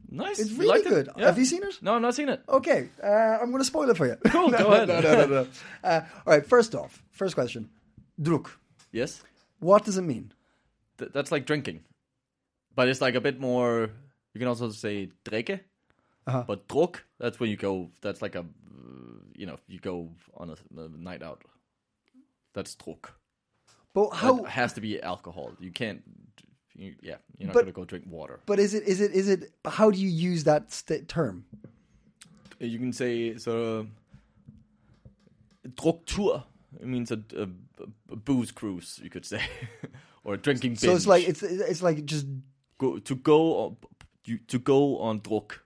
Speaker 3: nice.
Speaker 2: It's
Speaker 3: You
Speaker 2: really
Speaker 3: liked it?
Speaker 2: good.
Speaker 3: Yeah.
Speaker 2: Have you seen it?
Speaker 3: No, I've not seen it.
Speaker 2: Okay, uh, I'm going to spoil it for you. [laughs]
Speaker 3: Cool,
Speaker 2: no,
Speaker 3: go ahead.
Speaker 2: No, no, no, no. Uh, all right, first off, first question. Druk.
Speaker 3: [laughs] Yes,
Speaker 2: What does it mean?
Speaker 3: Th- that's like drinking, but it's like a bit more. You can also say drikke,
Speaker 2: Uh-huh.
Speaker 3: but druk. That's when you go. That's like a, uh, you know, you go on a, a night out. That's druk.
Speaker 2: But how?
Speaker 3: It has to be alcohol. You can't. You, yeah, you're not
Speaker 2: But-
Speaker 3: gonna go drink water.
Speaker 2: But is it? Is it? Is it? but How do you use that st- term?
Speaker 3: uh, you can say sort of druktur. It means a, a, a booze cruise, you could say, [laughs] or a drinking.
Speaker 2: So it's
Speaker 3: binge.
Speaker 2: like it's it's like just
Speaker 3: go, to go on, you, to go on druk.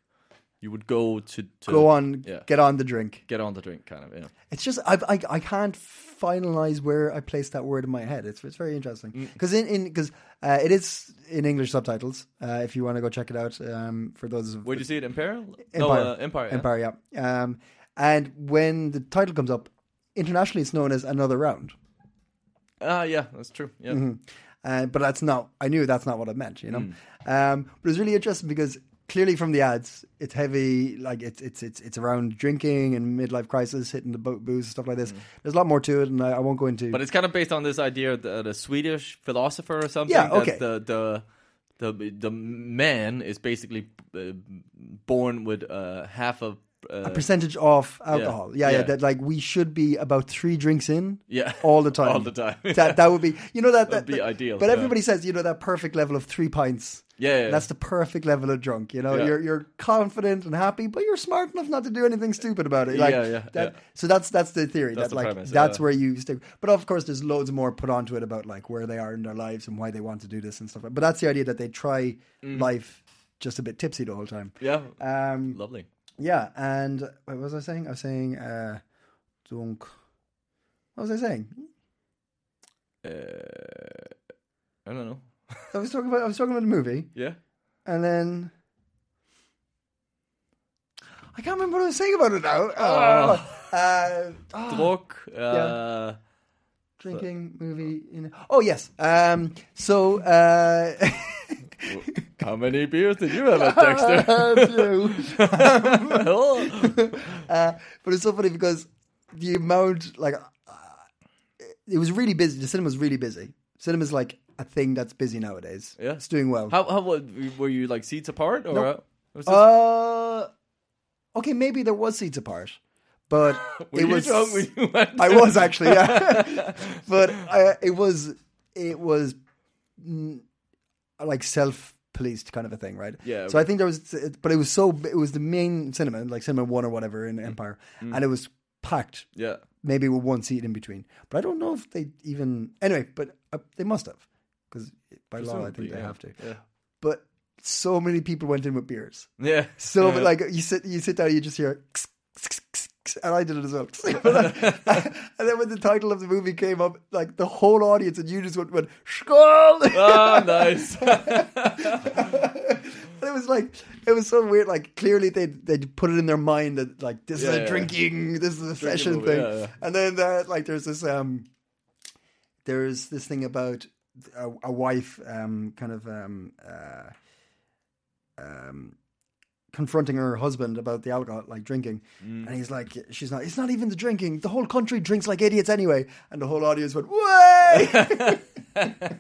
Speaker 3: You would go to, to
Speaker 2: go on,
Speaker 3: yeah,
Speaker 2: get on the drink.
Speaker 3: get on the drink, kind of. Yeah.
Speaker 2: It's just I I, I can't finalize where I place that word in my head. It's it's very interesting
Speaker 3: Mm.
Speaker 2: because in in because uh, it is in English subtitles. Uh, if you want to go check it out, um, for those of
Speaker 3: Where do you see it? Imperial? No,
Speaker 2: Empire.
Speaker 3: uh, Empire. yeah.
Speaker 2: Empire, yeah. Um, and when the title comes up, internationally it's known as Another Round.
Speaker 3: Ah, yeah, that's true. Yeah.
Speaker 2: Uh, but that's not, I knew that's not what it meant, you know? Um, but it's really interesting because clearly from the ads, it's heavy, like it's, it's, it's, it's around drinking and midlife crisis, hitting the bo- booze and stuff like this. There's a lot more to it and I, I won't go into.
Speaker 3: But it's kind of based on this idea that a Swedish philosopher or something.
Speaker 2: Yeah,
Speaker 3: that
Speaker 2: okay.
Speaker 3: the the the the man is basically uh, born with uh, half of uh,
Speaker 2: a percentage of alcohol. Yeah. Yeah,
Speaker 3: Yeah.
Speaker 2: That like we should be about three drinks in.
Speaker 3: Yeah.
Speaker 2: All
Speaker 3: [laughs]
Speaker 2: the time.
Speaker 3: All the time.
Speaker 2: [laughs] that that would be you know that
Speaker 3: That'd
Speaker 2: that
Speaker 3: be ideal,
Speaker 2: But
Speaker 3: yeah.
Speaker 2: everybody says you know that perfect level of three pints.
Speaker 3: Yeah, yeah.
Speaker 2: That's the perfect level of drunk. You know,
Speaker 3: Yeah.
Speaker 2: you're you're confident and happy, but you're smart enough not to do anything stupid about it. Like,
Speaker 3: Yeah, yeah,
Speaker 2: that-
Speaker 3: yeah.
Speaker 2: So that's that's the theory.
Speaker 3: That's
Speaker 2: that
Speaker 3: the
Speaker 2: like
Speaker 3: premise,
Speaker 2: that's
Speaker 3: yeah.
Speaker 2: where you stick. But of course, there's loads more put onto it about like where they are in their lives and why they want to do this and stuff. like But that's the idea that they try
Speaker 3: Mm.
Speaker 2: life just a bit tipsy the whole time.
Speaker 3: yeah,
Speaker 2: Um,
Speaker 3: lovely.
Speaker 2: yeah, and what was I saying? I was saying, uh, dunk. What was I saying?
Speaker 3: Uh, I don't know.
Speaker 2: I was talking about I was talking about a movie,
Speaker 3: Yeah,
Speaker 2: and then I can't remember what I was saying about it now. Oh, uh, ah,
Speaker 3: Druck. Uh,
Speaker 2: drinking movie. In, oh yes. Um, so uh, [laughs]
Speaker 3: How many beers did you have at
Speaker 2: [laughs]
Speaker 3: Dexter? [laughs]
Speaker 2: you.
Speaker 3: Oh.
Speaker 2: Uh, but it's so funny because the amount, like, uh, it was really busy. The cinema was really busy. Cinema's like a thing that's busy nowadays.
Speaker 3: Yeah.
Speaker 2: it's doing well.
Speaker 3: how how wa- were you like seats apart or?
Speaker 2: Nope.
Speaker 3: was this-
Speaker 2: uh, okay, maybe there was seats apart, but
Speaker 3: [laughs]
Speaker 2: it
Speaker 3: were you
Speaker 2: was.
Speaker 3: drunk when you went?
Speaker 2: I was actually,
Speaker 3: [laughs]
Speaker 2: yeah. but I, it was it was mm, like self policed kind of a thing, right?
Speaker 3: Yeah.
Speaker 2: So I think there was, but it was so it was the main cinema, like cinema one or whatever in Empire, and it was packed.
Speaker 3: Mm. Yeah.
Speaker 2: Maybe with one seat in between, but I don't know if they even anyway. But uh, they must have because by law I think they
Speaker 3: yeah.
Speaker 2: have to.
Speaker 3: Yeah.
Speaker 2: But so many people went in with beers.
Speaker 3: Yeah.
Speaker 2: So
Speaker 3: yeah.
Speaker 2: like you sit you sit down, you just hear. "Kss, kss, kss, kss," And I did it as well. [laughs] and then when the title of the movie came up, like the whole audience and you just went, went Skull! [laughs]
Speaker 3: Ah, nice.
Speaker 2: And it was like it was so weird. Like clearly they they put it in their mind that like this is
Speaker 3: Yeah,
Speaker 2: a
Speaker 3: yeah.
Speaker 2: drinking, this is a session
Speaker 3: movie,
Speaker 2: thing.
Speaker 3: yeah, yeah.
Speaker 2: And then uh, like there's this um there's this thing about a, a wife um kind of um uh um confronting her husband about the alcohol like drinking
Speaker 3: Mm.
Speaker 2: and he's like she's not it's not even the drinking the whole country drinks like idiots anyway and the whole audience went
Speaker 3: [laughs]
Speaker 2: way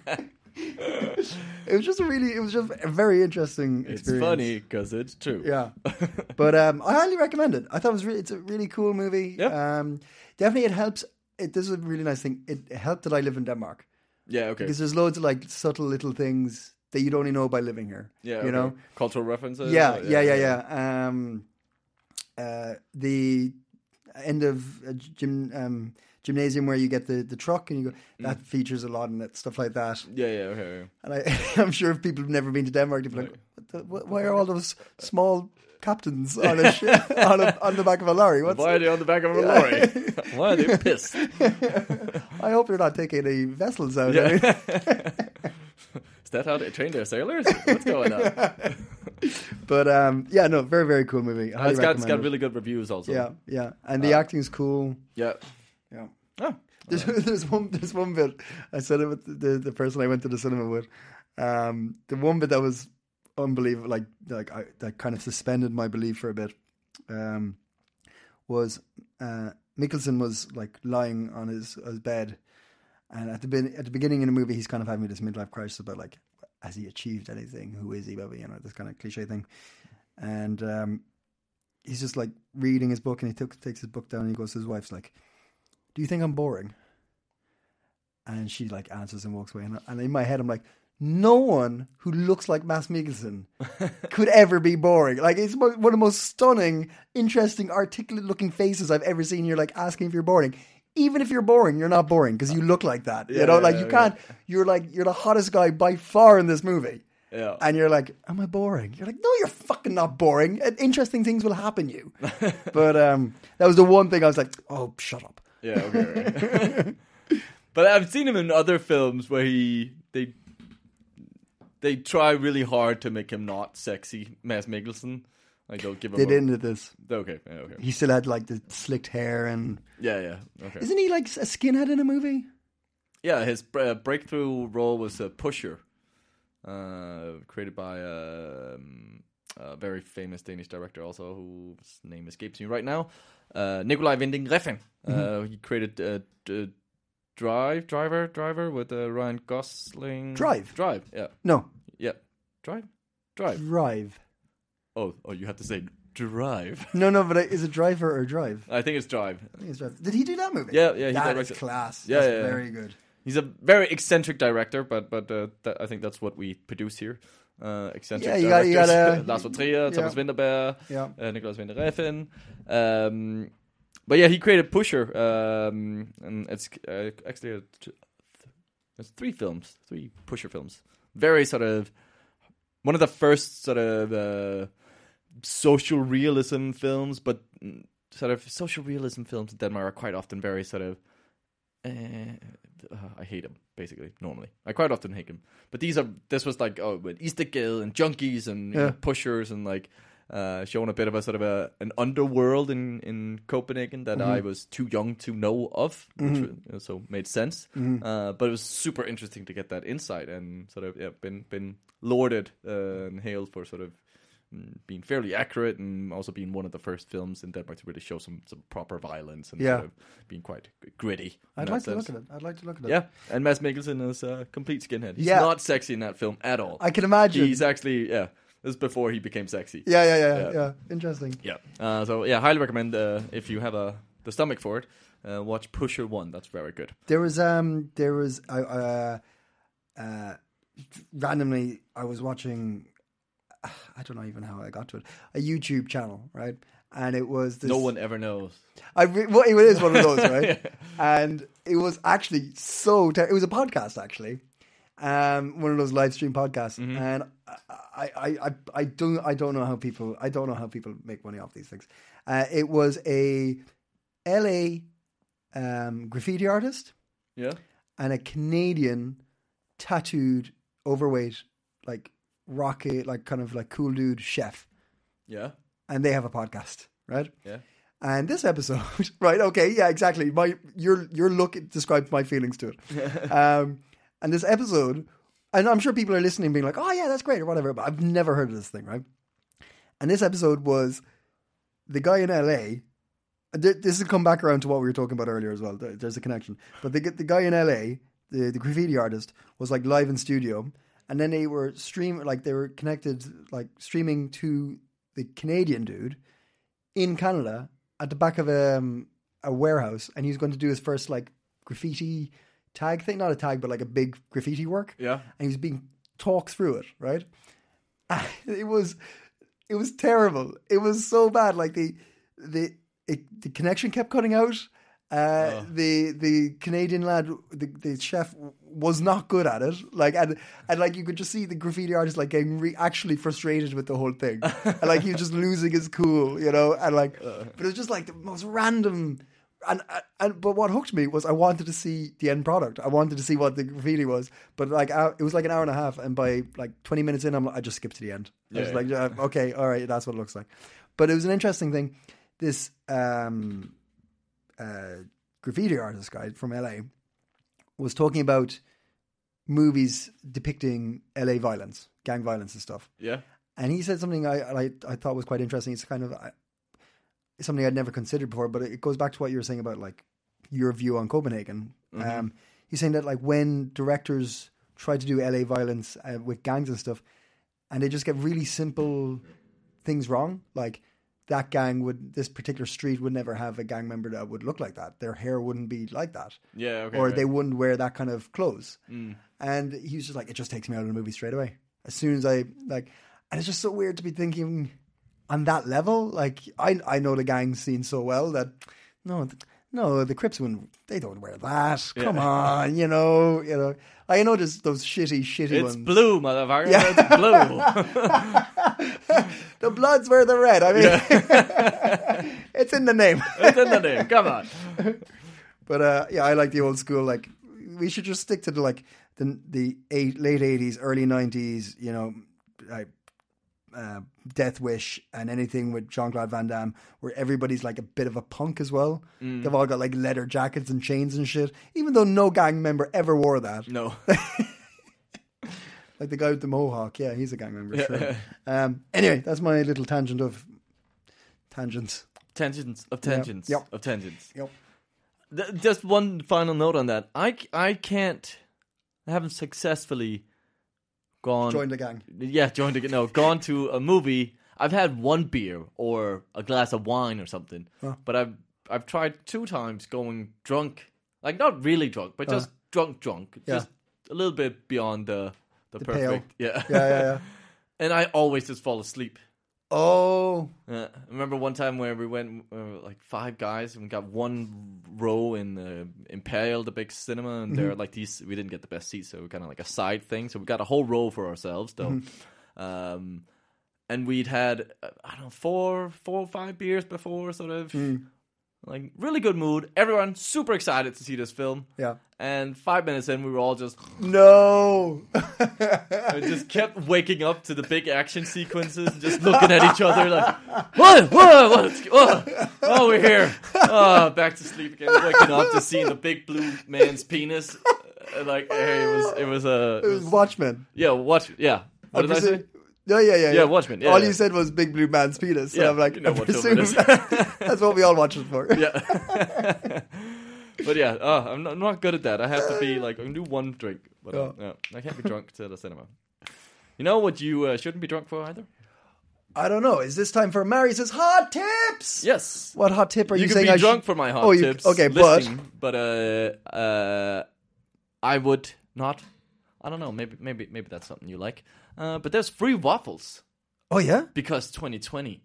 Speaker 2: it was just a really it was just a very interesting
Speaker 3: it's
Speaker 2: experience
Speaker 3: funny because it's true. [laughs]
Speaker 2: yeah, but um, I highly recommend it. I thought it was re- it's a really cool movie.
Speaker 3: Yeah.
Speaker 2: Um, definitely, it helps. It, this is a really nice thing. It helped that I live in Denmark
Speaker 3: Yeah. Okay.
Speaker 2: because there's loads of like subtle little things that you'd only know by living here.
Speaker 3: Yeah.
Speaker 2: you
Speaker 3: okay.
Speaker 2: know.
Speaker 3: cultural references.
Speaker 2: Yeah,
Speaker 3: or-
Speaker 2: yeah, yeah, yeah. Um, uh, the end of uh, gym, um, gymnasium where you get the, the truck and you go
Speaker 3: Mm.
Speaker 2: that features a lot and that stuff like that.
Speaker 3: Yeah. Yeah. Okay. yeah.
Speaker 2: And I, [laughs] I'm sure if people have never been to Denmark, they'd be like, what the, what, "Why are all those small captains on
Speaker 3: [laughs]
Speaker 2: a, shi- on, a on the back of a lorry? What's,
Speaker 3: Why are they on the back of a lorry?
Speaker 2: [laughs]
Speaker 3: Why are they pissed?
Speaker 2: I hope you're not taking any vessels out." eh?"
Speaker 3: Yeah. [laughs] Is that how they train their sailors? What's
Speaker 2: [laughs]
Speaker 3: going on?
Speaker 2: [laughs] But um, yeah, no, very very cool movie. I
Speaker 3: Uh, it's got it's got
Speaker 2: recommend
Speaker 3: really Uh, good reviews also.
Speaker 2: it. yeah, yeah, and the acting's cool.
Speaker 3: Yeah.
Speaker 2: Yeah.
Speaker 3: Oh.
Speaker 2: There's, [laughs] there's one there's one bit I said it with the, the person I went to the cinema with. Um, the one bit that was unbelievable, like like I, that kind of suspended my belief for a bit, um, was uh, Mickelson was like lying on his, his bed, and at the bin, at the beginning in the movie he's kind of having this midlife crisis about like has he achieved anything? Who is he? Blah, blah, you know this kind of cliche thing, and um, he's just like reading his book and he took, takes his book down and he goes to his wife's like do you think I'm boring? And she like answers and walks away. And, and in my head, I'm like, no one who looks like Mass
Speaker 3: [laughs]
Speaker 2: Mikkelsen could ever be boring. Like it's mo- one of the most stunning, interesting, articulate looking faces I've ever seen. You're like asking if you're boring. Even if you're boring, you're not boring because you look like that. you know,
Speaker 3: yeah,
Speaker 2: like
Speaker 3: yeah,
Speaker 2: you
Speaker 3: yeah.
Speaker 2: can't. You're like you're the hottest guy by far in this movie.
Speaker 3: Yeah.
Speaker 2: And you're like, am I boring? You're like, no, you're fucking not boring. And Interesting things will happen
Speaker 3: [laughs]
Speaker 2: you. but um, that was the one thing I was like, oh, shut up.
Speaker 3: Yeah, okay. right.
Speaker 2: [laughs]
Speaker 3: [laughs] but I've seen him in other films where he they they try really hard to make him not sexy, Mads Mikkelsen. Like they'll give him.
Speaker 2: They
Speaker 3: a-
Speaker 2: didn't do this.
Speaker 3: Okay. Yeah, okay.
Speaker 2: He still had like the slicked hair and
Speaker 3: Yeah. Yeah. Okay.
Speaker 2: isn't he like a skinhead in a movie?
Speaker 3: yeah, his br- uh, breakthrough role was uh, Pusher, uh, created by um, a very famous Danish director, also whose name escapes me right now, uh, Nikolai Winding Refn.
Speaker 2: Mm-hmm.
Speaker 3: Uh, he created uh, d- Drive, Driver, Driver with uh, Ryan Gosling.
Speaker 2: Drive?
Speaker 3: Drive. Yeah,
Speaker 2: No,
Speaker 3: yeah, Drive, Drive.
Speaker 2: drive.
Speaker 3: Oh, oh, you have to say Drive. [laughs]
Speaker 2: No, no, but uh, is it driver or drive?
Speaker 3: I think it's Drive.
Speaker 2: I think it's drive. Did he do that movie?
Speaker 3: Yeah, yeah, he
Speaker 2: That
Speaker 3: directed-
Speaker 2: is class.
Speaker 3: Yeah,
Speaker 2: That's
Speaker 3: yeah, yeah.
Speaker 2: very good.
Speaker 3: He's a very eccentric director, but but uh, th- I think that's what we produce here. Uh, eccentric
Speaker 2: Yeah, you gotta-
Speaker 3: directors:
Speaker 2: you gotta- uh,
Speaker 3: Lars von Trier, Thomas Winterberg,
Speaker 2: Yeah.
Speaker 3: uh, Nicholas Winter Refn. Um, but yeah, he created Pusher, um, and it's uh, actually a t- it's three films, three Pusher films. Very sort of one of the first sort of uh, social realism films, but mm, sort of social realism films in Denmark are quite often very sort of. Uh, uh, I hate them basically. Normally, I quite often hate them, but these are this was like oh, with Eastergill and junkies and you know, pushers and like uh, showing a bit of a sort of a an underworld in in Copenhagen that I was too young to know of, which was- so made sense. Uh, but it was super interesting to get that insight and sort of yeah, been been lauded uh, and hailed for sort of mm, being fairly accurate and also being one of the first films in Denmark to really show some some proper violence and
Speaker 2: Yeah.
Speaker 3: sort of being quite gritty. in
Speaker 2: I'd
Speaker 3: that
Speaker 2: like to
Speaker 3: sense.
Speaker 2: look at it. I'd like to look at it.
Speaker 3: Yeah, and Mads Mikkelsen is a complete skinhead. He's
Speaker 2: Yeah.
Speaker 3: not sexy in that film at all.
Speaker 2: I can imagine.
Speaker 3: He's actually yeah. This is before he became sexy.
Speaker 2: yeah, yeah, yeah, yeah,
Speaker 3: Yeah.
Speaker 2: Interesting.
Speaker 3: Yeah. Uh, so yeah, highly recommend uh, if you have a the stomach for it. Uh, watch Pusher One. That's very good.
Speaker 2: There was um, there was uh, uh, uh, randomly I was watching. [sighs] I don't know even how I got to it. A YouTube channel, right? And it was this.
Speaker 3: No one ever knows.
Speaker 2: I re- well, it is one of those, right? And it was actually so. Ter- it was a podcast, actually, um, one of those live stream podcasts. And I, I, I, I don't, I don't know how people, I don't know how people make money off these things. Uh, it was a L.A. Um, graffiti artist
Speaker 3: Yeah.
Speaker 2: and a Canadian tattooed, overweight, like rocky, like kind of like cool dude chef,
Speaker 3: Yeah.
Speaker 2: and they have a podcast, right?
Speaker 3: Yeah.
Speaker 2: And this episode, [laughs] right? Okay, yeah, exactly. My your your look describes my feelings to it. um, and this episode, and I'm sure people are listening, being like, "Oh yeah, that's great" or whatever. But I've never heard of this thing, right? And this episode was the guy in LA. th- This will come back around to what we were talking about earlier as well. There- There's a connection. But the the guy in LA, the the graffiti artist, was like live in studio, and then they were stream like they were connected like streaming to the Canadian dude in Canada at the back of a, um, a warehouse, and he's going to do his first like graffiti tag thing, not a tag, but like a big graffiti work.
Speaker 3: Yeah.
Speaker 2: and he's being talked through it. Right, [laughs] it was it was terrible. It was so bad. Like the the it, the connection kept cutting out. Uh, The the Canadian lad, the, the chef, was not good at it. Like and and like you could just see the graffiti artist like getting re- actually frustrated with the whole thing. and like he was just losing his cool, you know. And like, but it was just like the most random. And, uh, and but what hooked me was I wanted to see the end product. I wanted to see what the graffiti was. But like I, it was like an hour and a half, and by like twenty minutes in, I'm like, I just skipped to the end. I was
Speaker 3: Yeah.
Speaker 2: like, yeah, okay, all right, that's what it looks like. But it was an interesting thing. This um, uh, graffiti artist guy from LA was talking about movies depicting LA violence, gang violence, and stuff.
Speaker 3: Yeah.
Speaker 2: And he said something I I, I thought was quite interesting. It's kind of I, something I'd never considered before, but it goes back to what you were saying about like your view on Copenhagen.
Speaker 3: Mm-hmm.
Speaker 2: Um, he's saying that like when directors try to do LA violence uh, with gangs and stuff, and they just get really simple things wrong, like. That gang would, this particular street would never have a gang member that would look like that. Their hair wouldn't be like that
Speaker 3: Yeah. Okay.
Speaker 2: or
Speaker 3: right.
Speaker 2: they wouldn't wear that kind of clothes. And he was just like, it just takes me out of the movie straight away. As soon as I like, and it's just so weird to be thinking on that level. Like I I know the gang scene so well that no th- no the Crips wouldn't they don't wear that. Come on, you know you know. I know there's those shitty shitty
Speaker 3: It's
Speaker 2: ones.
Speaker 3: blue, motherfucker. It's
Speaker 2: [laughs]
Speaker 3: blue.
Speaker 2: the Bloods wear the red. I mean, [laughs] it's in the name.
Speaker 3: it's in the name. Come on.
Speaker 2: But uh, yeah, I like the old school. Like we should just stick to the like the the eight, late eighties, early nineties. You know, like uh, Death Wish and anything with Jean Claude Van Damme, where everybody's like a bit of a punk as well. They've all got like leather jackets and chains and shit, even though no gang member ever wore that.
Speaker 3: No.
Speaker 2: Like the guy with the mohawk, yeah, he's a gang member. Sure. [laughs] um, anyway, that's my little tangent of tangents.
Speaker 3: tangents of tangents
Speaker 2: Yep.
Speaker 3: of tangents.
Speaker 2: Yep.
Speaker 3: Th- just one final note on that. I c- I can't. I haven't successfully gone.
Speaker 2: Join the gang.
Speaker 3: Yeah, joined again. No, gone to a movie. I've had one beer or a glass of wine or something, but I've I've tried two times going drunk, like not really drunk,
Speaker 2: Uh.
Speaker 3: but just drunk, drunk, just a little bit beyond the the,
Speaker 2: pale.
Speaker 3: perfect. Yeah,
Speaker 2: Yeah, yeah, yeah.
Speaker 3: [laughs] and I always just fall asleep.
Speaker 2: Oh,
Speaker 3: Yeah. I Uh, remember one time where we went uh, like five guys and we got one row in uh, Imperial, the big cinema, and there are like these. We didn't get the best seats, so we kind of like a side thing. So we got a whole row for ourselves, though. Um, and we'd had uh, I don't know four, four or five beers before, sort of. Like really good mood. Everyone super excited to see this film.
Speaker 2: Yeah.
Speaker 3: And five minutes in, we were all just
Speaker 2: no.
Speaker 3: I just kept waking up to the big action sequences and just looking at each other like, what, what, what, what? Oh, we're here. Oh, back to sleep again. Waking up to seeing the big blue man's penis. Uh, Like, hey, it was, it was a,
Speaker 2: It was Watchmen.
Speaker 3: yeah, watch, yeah. What did I say?
Speaker 2: No, yeah, yeah, yeah.
Speaker 3: Watchmen, yeah,
Speaker 2: all
Speaker 3: yeah.
Speaker 2: you said was "Big Blue Man's penis," and
Speaker 3: Yeah,
Speaker 2: I'm like,
Speaker 3: you know
Speaker 2: I
Speaker 3: what
Speaker 2: presume
Speaker 3: film it is.
Speaker 2: [laughs] that's what we all watch it for.
Speaker 3: [laughs] Yeah. [laughs] but yeah, uh, I'm, not, I'm not good at that. I have to be like, I can do one drink, but uh,
Speaker 2: Yeah.
Speaker 3: no, I can't be drunk to the cinema. You know what you uh, shouldn't be drunk for either?
Speaker 2: I don't know. Is this time for Mary says hot tips?
Speaker 3: Yes.
Speaker 2: What hot tip are you,
Speaker 3: you could
Speaker 2: saying?
Speaker 3: be
Speaker 2: I
Speaker 3: drunk
Speaker 2: should-
Speaker 3: for my hot
Speaker 2: oh, you-
Speaker 3: tips.
Speaker 2: okay,
Speaker 3: listening, but uh, uh, I would not. I don't know. Maybe maybe maybe that's something you like. Uh, but there's free waffles
Speaker 2: but oh yeah,
Speaker 3: because 2020.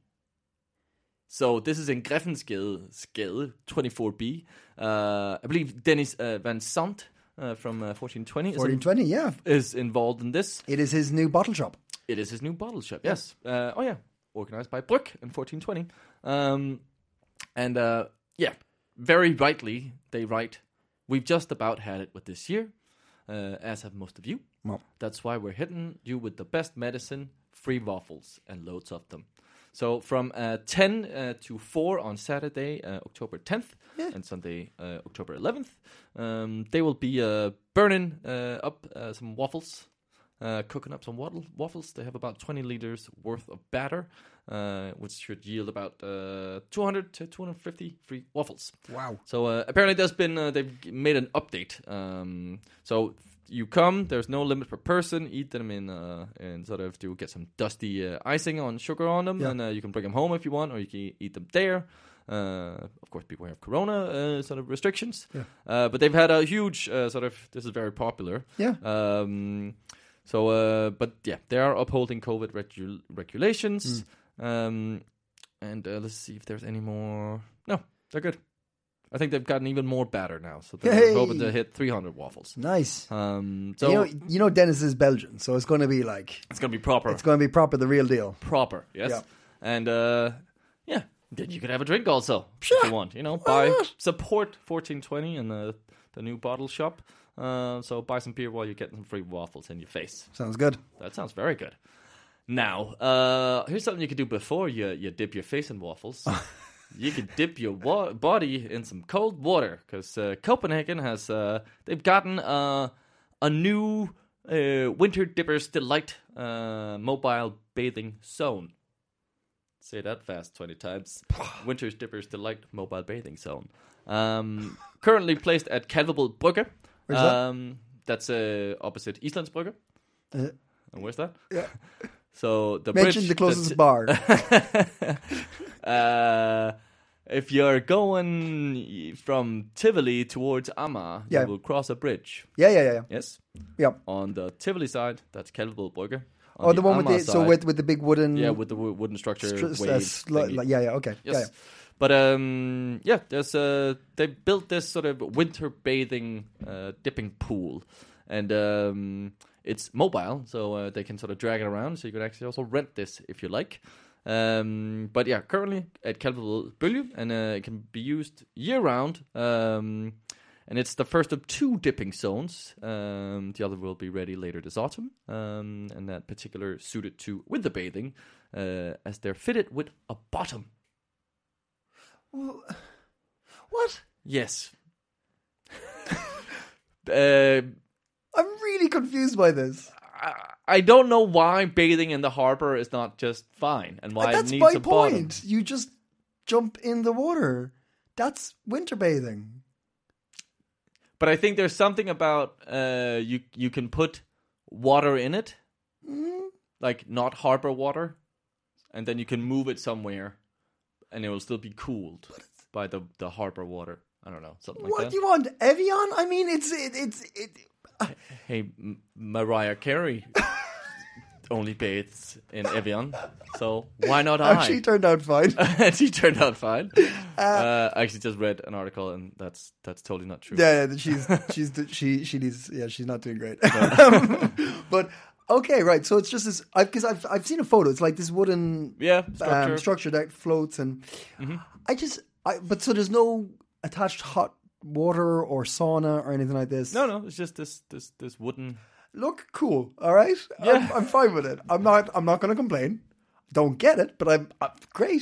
Speaker 3: So this is in Greffensgade, Skade 24B. Uh, I believe Dennis uh, Van Sant uh, from uh, 1420 is in-
Speaker 2: 1420. Yeah,
Speaker 3: is involved in this.
Speaker 2: it is his new bottle shop.
Speaker 3: It is his new bottle shop. Yes. Uh, oh yeah, organized by Brooke in 1420. Um, and uh, yeah, very rightly they write, "We've just about had it with this year, uh, as have most of you.
Speaker 2: Well.
Speaker 3: That's why we're hitting you with the best medicine, free waffles, and loads of them." So from uh, 10 uh, to 4 on Saturday, uh, October 10th, and Sunday, uh, October 11th, um, they will be uh, burning uh, up uh, some waffles uh, cooking up some waddle, waffles. They have about 20 liters worth of batter, uh, which should yield about uh, 200 to 250 free waffles. Wow! So uh, apparently, there's been uh, they've g- made an update. Um, so you come, there's no limit per person. Eat them in uh, and sort of do get some dusty uh, icing on sugar on them, and uh, you can bring them home if you want, or you can eat them there. Uh, of course, people have corona uh, sort of restrictions, uh, but they've had a huge uh, sort of. This is very popular.
Speaker 2: Yeah.
Speaker 3: Um, so, uh, but yeah, they are upholding COVID regu- regulations.
Speaker 2: Mm.
Speaker 3: Um, and uh, let's see if there's any more. No, they're good. I think they've gotten even more batter now, so they're
Speaker 2: Yay!
Speaker 3: hoping to hit 300 waffles.
Speaker 2: Nice.
Speaker 3: Um, so
Speaker 2: you know, you know, Dennis is Belgian, so it's going to be like
Speaker 3: it's gonna be proper,
Speaker 2: it's going to be proper, the real deal.
Speaker 3: proper, yes.
Speaker 2: Yeah.
Speaker 3: And uh, yeah, then you could have a drink also if you want. You know, buy support 1420 and the the new bottle shop. Uh, so buy some beer while you're getting some free waffles in your face.
Speaker 2: Sounds good.
Speaker 3: That sounds very good. Now, uh, here's something you could do before you, you dip your face
Speaker 2: [laughs]
Speaker 3: in waffles. you could dip your wa- body in some cold water because uh, Copenhagen has uh, they've gotten uh, a new uh, winter dippers delight uh, mobile bathing zone. Say that fast
Speaker 2: [sighs]
Speaker 3: 20 times. Winter Dippers Delight Mobile Bathing Zone. Um, currently placed at Kalvebod Brygge.
Speaker 2: Where's that?
Speaker 3: Um, that's uh, opposite Islands Brygge.
Speaker 2: Uh,
Speaker 3: And where's that? Yeah. [laughs] So the
Speaker 2: Mention
Speaker 3: bridge
Speaker 2: the closest
Speaker 3: that- [laughs]
Speaker 2: bar.
Speaker 3: uh, if you're going from Tivoli towards Amma,
Speaker 2: Yeah.
Speaker 3: you will cross a bridge.
Speaker 2: Yeah, yeah, yeah, yeah.
Speaker 3: Yes.
Speaker 2: Yep.
Speaker 3: On the Tivoli side, that's Kelvelbrugge.
Speaker 2: Oh, the one with the so with with the big wooden
Speaker 3: yeah with the wo- wooden structure.
Speaker 2: stru-
Speaker 3: wave
Speaker 2: uh, sli-
Speaker 3: thingy.
Speaker 2: like- yeah, yeah, okay, yeah,
Speaker 3: Yes. But um, yeah, there's uh, they built this sort of winter bathing uh, dipping pool, and um, it's mobile, so uh, they can sort of drag it around. So you can actually also rent this if you like. Um, but yeah, currently at Calvary Bølge, and uh, it can be used year round. Um, and it's the first of two dipping zones. Um, the other will be ready later this autumn, um, and that particular suited to with the bathing, uh, as they're fitted with a bottom. What? Yes. [laughs] uh,
Speaker 2: I'm really confused by this.
Speaker 3: I don't know why bathing in the harbor is not just fine, and why
Speaker 2: That's
Speaker 3: it needs
Speaker 2: my
Speaker 3: a
Speaker 2: point.
Speaker 3: bottom.
Speaker 2: You just jump in the water. That's winter bathing.
Speaker 3: But I think there's something about uh, you you can put water in it,
Speaker 2: Mm-hmm.
Speaker 3: like not harbor water, and then you can move it somewhere, and it will still be cooled by the the harbor water. I don't know something
Speaker 2: what
Speaker 3: like that.
Speaker 2: do you want, Evian? I mean, it's it, it's it.
Speaker 3: hey, M- Mariah
Speaker 2: [laughs]
Speaker 3: Carey only bathes in Evian, so why not I?
Speaker 2: She turned out
Speaker 3: [laughs]
Speaker 2: fine.
Speaker 3: and she turned out fine. Uh, I actually just read an article, and that's that's totally not true.
Speaker 2: Yeah, yeah, she's she's she she needs yeah she's not doing great. [laughs] but okay, right. So it's just this because I've I've seen a photo. It's like this wooden
Speaker 3: Yeah,
Speaker 2: um,
Speaker 3: structure. Mm-hmm.
Speaker 2: structure that floats, and I just I but so there's no attached hot water or sauna or anything like this.
Speaker 3: no, no, it's just this this this wooden.
Speaker 2: look cool. All right, I'm, I'm fine with it. I'm not I'm not going to complain. Don't get it, but I'm, i great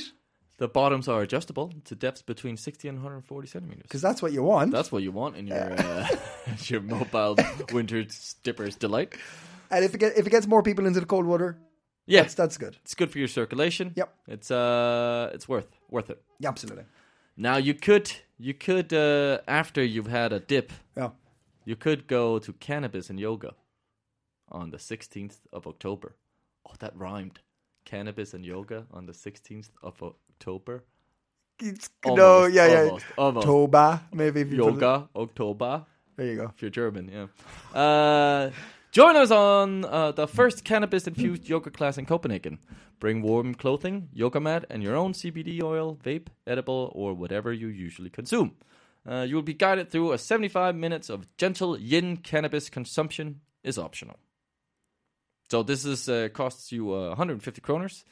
Speaker 3: The bottoms are adjustable to depths between 60 and 140 centimeters.
Speaker 2: because that's what you want.
Speaker 3: that's what you want in your uh, [laughs] your
Speaker 2: [laughs]
Speaker 3: mobile winter dipper's delight.
Speaker 2: and if it get, if it gets more people into the cold water,
Speaker 3: Yeah,
Speaker 2: that's that's good.
Speaker 3: it's good for your circulation.
Speaker 2: Yep.
Speaker 3: it's uh, it's worth worth it.
Speaker 2: Yeah, absolutely.
Speaker 3: Now you could you could uh, after you've had a dip,
Speaker 2: Yeah.
Speaker 3: you could go to cannabis and yoga on the 16th of October. Oh, that rhymed. Cannabis and yoga on the 16th of October.
Speaker 2: It's, no,
Speaker 3: Almost,
Speaker 2: yeah, yeah.
Speaker 3: almost, almost.
Speaker 2: Toba, maybe. If you put it-
Speaker 3: Yoga October.
Speaker 2: There you go.
Speaker 3: If you're German, yeah. Uh, join us on uh, the first cannabis infused yoga class in Copenhagen. Bring warm clothing, yoga mat, and your own CBD oil, vape, edible, or whatever you usually consume. Uh, you will be guided through a 75 minutes of gentle yin cannabis consumption is optional. So this is uh, costs you uh, 150 kroners.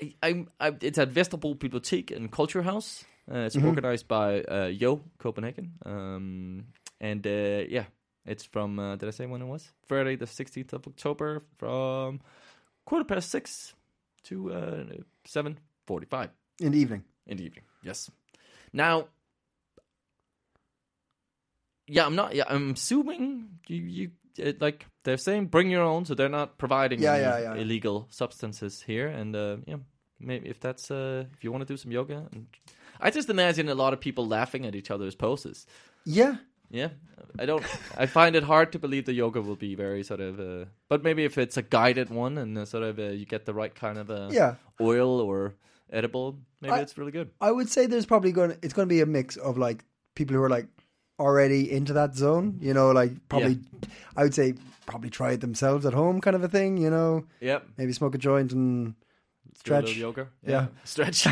Speaker 3: I, I'm, i it's at Vesterbro Bibliotek and Culture House. Uh, it's organized by uh, Yo Copenhagen, um, and uh, yeah, it's from. Uh, did I say when it was? Friday the 16th of October from quarter past six to uh, seven forty-five
Speaker 2: In the evening.
Speaker 3: in the evening. Yes. Now, yeah, I'm not. Yeah, I'm assuming you you it, like they're saying bring your own, so they're not providing
Speaker 2: Yeah,
Speaker 3: any
Speaker 2: yeah, yeah.
Speaker 3: illegal substances here. And uh, yeah, maybe if that's uh, if you want to do some yoga, and I just imagine a lot of people laughing at each other's poses.
Speaker 2: Yeah.
Speaker 3: Yeah, I don't. I find it hard to believe the yoga will be very sort of. Uh, but maybe if it's a guided one and uh, sort of uh, you get the right kind of uh,
Speaker 2: Yeah.
Speaker 3: oil or edible, maybe
Speaker 2: I-
Speaker 3: it's really good.
Speaker 2: I would say there's probably going to, it's going to be a mix of like people who are like already into that zone, you know, like probably, I would say probably try it themselves at home kind of a thing, you know,
Speaker 3: Yep.
Speaker 2: maybe smoke a joint and
Speaker 3: Do a little
Speaker 2: Stretch.
Speaker 3: yoga.
Speaker 2: Yeah.
Speaker 3: [laughs] Stretch.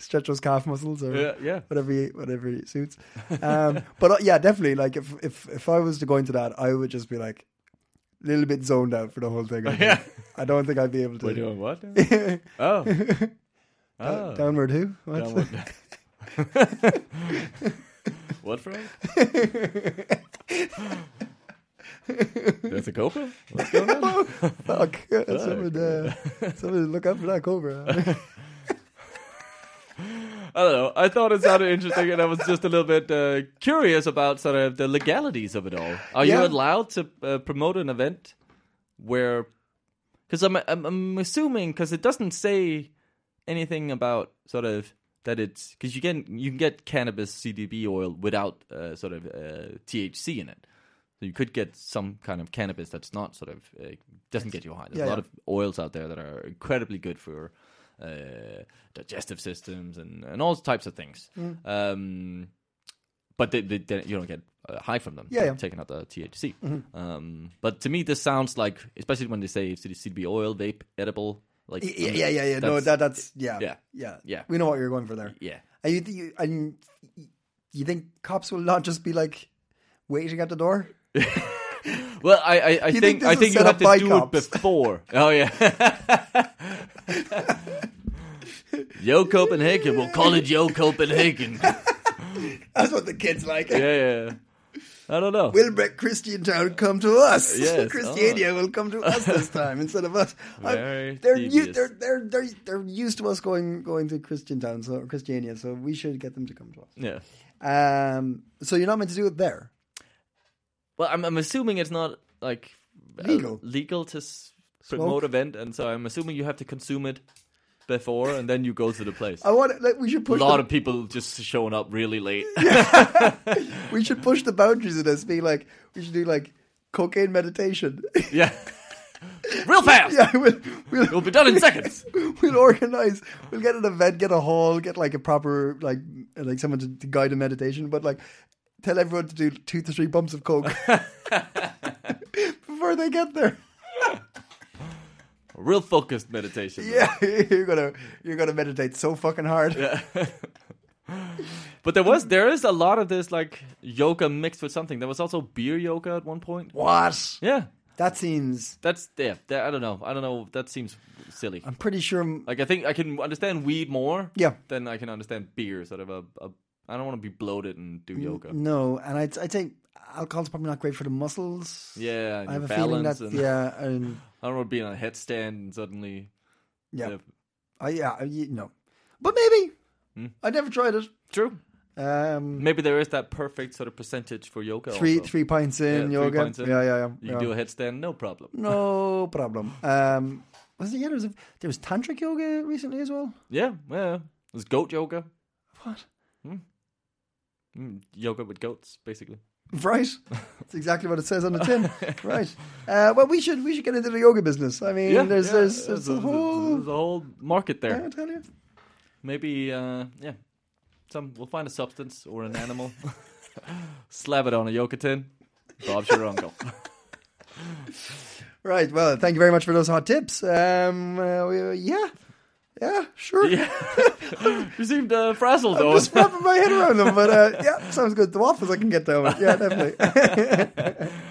Speaker 2: stretch those calf muscles or
Speaker 3: yeah. Yeah.
Speaker 2: whatever you, whatever it suits. Um, [laughs] but uh, yeah, definitely. Like if, if, if I was to go into that, I would just be like a little bit zoned out for the whole thing. I think.
Speaker 3: [laughs] Yeah.
Speaker 2: I don't think I'd be able to.
Speaker 3: We're doing what? [laughs] oh. oh.
Speaker 2: Uh, Downward who? What?
Speaker 3: Downward. [laughs] what from? [laughs] That's a cobra? What's going [laughs] on?
Speaker 2: Fuck. [laughs]
Speaker 3: Oh,
Speaker 2: Someone, uh,
Speaker 3: [laughs]
Speaker 2: someone look out for that cobra.
Speaker 3: I don't know. I thought it sounded interesting, and I was just a little bit uh, curious about sort of the legalities of it all. Are you
Speaker 2: Yeah.
Speaker 3: allowed to uh, promote an event where? Because I'm, I'm I'm assuming because it doesn't say anything about sort of that it's because you can you can get cannabis CBD oil without uh, sort of uh, THC in it. So you could get some kind of cannabis that's not sort of uh, doesn't get you high. There's
Speaker 2: Yeah,
Speaker 3: a lot
Speaker 2: yeah.
Speaker 3: of oils out there that are incredibly good for uh, digestive systems and, and all types of things.
Speaker 2: Mm.
Speaker 3: Um, but they, they, they- you don't get uh, high from them.
Speaker 2: Yeah, Mm-hmm. yeah.
Speaker 3: taking out the THC. Um, but to me, this sounds like, especially when they say it's CBD oil, vape, edible. Like um,
Speaker 2: yeah, [laughs] yeah, yeah, yeah. no,
Speaker 3: That's-
Speaker 2: that that's yeah,
Speaker 3: yeah.
Speaker 2: yeah,
Speaker 3: Yeah.
Speaker 2: We know what you're going for there.
Speaker 3: yeah.
Speaker 2: And you, you and you think cops will not just be like waiting at the door? [laughs]
Speaker 3: Well, I, I, I
Speaker 2: You
Speaker 3: think,
Speaker 2: think this
Speaker 3: I
Speaker 2: was
Speaker 3: think you
Speaker 2: set
Speaker 3: have
Speaker 2: up
Speaker 3: to
Speaker 2: by
Speaker 3: do
Speaker 2: cops?
Speaker 3: it before. [laughs] Oh yeah. [laughs] Yo Copenhagen, [laughs] we'll call it Yo Copenhagen.
Speaker 2: That's what the kids like.
Speaker 3: yeah, yeah. I don't know.
Speaker 2: Will make Christian Town come to us.
Speaker 3: Uh,
Speaker 2: [laughs]
Speaker 3: Yes, oh.
Speaker 2: Christiania will come to us
Speaker 3: [laughs]
Speaker 2: this time instead of us. I'm-
Speaker 3: Very
Speaker 2: they're, u-
Speaker 3: devious.
Speaker 2: they're, they're, they're, they're used to us going, going to Christian Town, so Christiania, so we should get them to come to us.
Speaker 3: yeah.
Speaker 2: Um, so you're not meant to do it there.
Speaker 3: Well, I'm, I'm assuming it's not like uh,
Speaker 2: Legal.
Speaker 3: legal to s- promote event, and so I'm assuming you have to consume it before, and then you go to the place.
Speaker 2: I want like we should
Speaker 3: a
Speaker 2: push
Speaker 3: lot
Speaker 2: the,
Speaker 3: of people just showing up really
Speaker 2: [laughs]
Speaker 3: late.
Speaker 2: we should push the boundaries of this. Be like we should do like cocaine meditation. [laughs]
Speaker 3: yeah. [laughs] Real fast.
Speaker 2: yeah, we'll, we'll,
Speaker 3: It'll be done in seconds.
Speaker 2: [laughs] we'll organize. We'll get an event, get a hall, get like a proper like like someone to, to guide a meditation, but like tell everyone to do two to three bumps of
Speaker 3: [laughs]
Speaker 2: coke [laughs] before they get there.
Speaker 3: Real focused meditation.
Speaker 2: Yeah, [laughs] you're gonna you're gonna meditate so fucking hard.
Speaker 3: But there was there is a lot of this like yoga mixed with something. There was also beer yoga at one point.
Speaker 2: What?
Speaker 3: Yeah.
Speaker 2: That seems.
Speaker 3: That's yeah. That, I don't know. I don't know. That seems silly.
Speaker 2: I'm pretty sure.
Speaker 3: Like I think I can understand weed more.
Speaker 2: Yeah.
Speaker 3: Than I can understand beer. Sort of a. a I don't want to be bloated and do yoga.
Speaker 2: No, and I'd, I'd say alcohol's probably not great for the muscles.
Speaker 3: Yeah. And
Speaker 2: I have a
Speaker 3: your
Speaker 2: feeling
Speaker 3: balance
Speaker 2: that
Speaker 3: and,
Speaker 2: yeah, and
Speaker 3: I don't want to be on a headstand and suddenly.
Speaker 2: yeah,
Speaker 3: [laughs] Yeah.
Speaker 2: I, yeah, I, you know, but maybe
Speaker 3: Hmm.
Speaker 2: I never tried it.
Speaker 3: True.
Speaker 2: Um,
Speaker 3: Maybe there is that perfect sort of percentage for yoga.
Speaker 2: three
Speaker 3: also.
Speaker 2: three pints
Speaker 3: Yeah,
Speaker 2: in
Speaker 3: three
Speaker 2: yoga.
Speaker 3: pints in.
Speaker 2: Yeah, yeah, yeah.
Speaker 3: You can do a headstand, no problem. [laughs]
Speaker 2: no problem. Um, was it? Yeah, there was a, there was tantric yoga recently as well.
Speaker 3: Yeah, yeah. There's goat yoga.
Speaker 2: What?
Speaker 3: Mm, yoga with goats, basically.
Speaker 2: Right, that's exactly what it says on the
Speaker 3: [laughs]
Speaker 2: tin. right. Uh, well, we should we should get into the yoga business. I mean, there's, there's there's a whole.
Speaker 3: there's a whole market there.
Speaker 2: I tell you.
Speaker 3: Maybe, uh, yeah. Some we'll find a substance or an animal, [laughs] slap it on a yoga tin. Bob's your uncle.
Speaker 2: Right. Well, thank you very much for those hot tips. Um, uh, we- yeah, [laughs] yeah, sure.
Speaker 3: yeah, [laughs] you seemed uh,
Speaker 2: [laughs]
Speaker 3: frazzled though.
Speaker 2: just wrapping my head around them. But uh,
Speaker 3: [laughs]
Speaker 2: yeah, sounds good. The waffles I can get down with. Yeah, definitely. [laughs]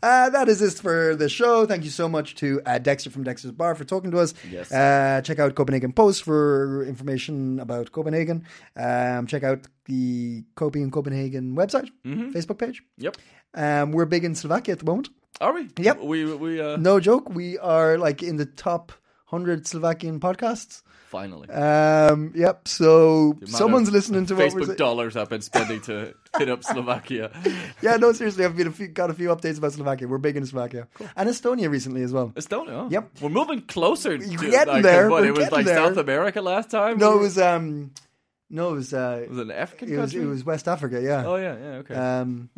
Speaker 2: Uh, that is this for the show. Thank you so much to uh, Dexter from Dexter's Bar for talking to us.
Speaker 3: Yes.
Speaker 2: Uh, check out Copenhagen Post for information about Copenhagen. Um, check out the Copy in Copenhagen website, Facebook page.
Speaker 3: Mm-hmm. Yep.
Speaker 2: Um, we're big in Slovakia at the moment.
Speaker 3: Are we?
Speaker 2: Yep.
Speaker 3: We we uh,
Speaker 2: No joke. We are like in the top 100 Slovakian podcasts.
Speaker 3: finally.
Speaker 2: Um, yep. So
Speaker 3: The amount
Speaker 2: someone's
Speaker 3: of
Speaker 2: listening to what we're
Speaker 3: Facebook
Speaker 2: saying.
Speaker 3: dollars I've been spending to hit up
Speaker 2: [laughs]
Speaker 3: Slovakia.
Speaker 2: yeah, no, seriously, I've been a few, got a few updates about Slovakia. We're big in Slovakia and Estonia recently as well.
Speaker 3: Estonia. huh?
Speaker 2: Yep.
Speaker 3: We're moving closer. To,
Speaker 2: We're getting
Speaker 3: like,
Speaker 2: there,
Speaker 3: What,
Speaker 2: we're
Speaker 3: it was
Speaker 2: getting
Speaker 3: like
Speaker 2: there.
Speaker 3: South America last time.
Speaker 2: No, it was um, no, it was uh,
Speaker 3: It was an African
Speaker 2: it was, it
Speaker 3: country.
Speaker 2: was West Africa. Yeah.
Speaker 3: Oh yeah, yeah. Okay.
Speaker 2: Um,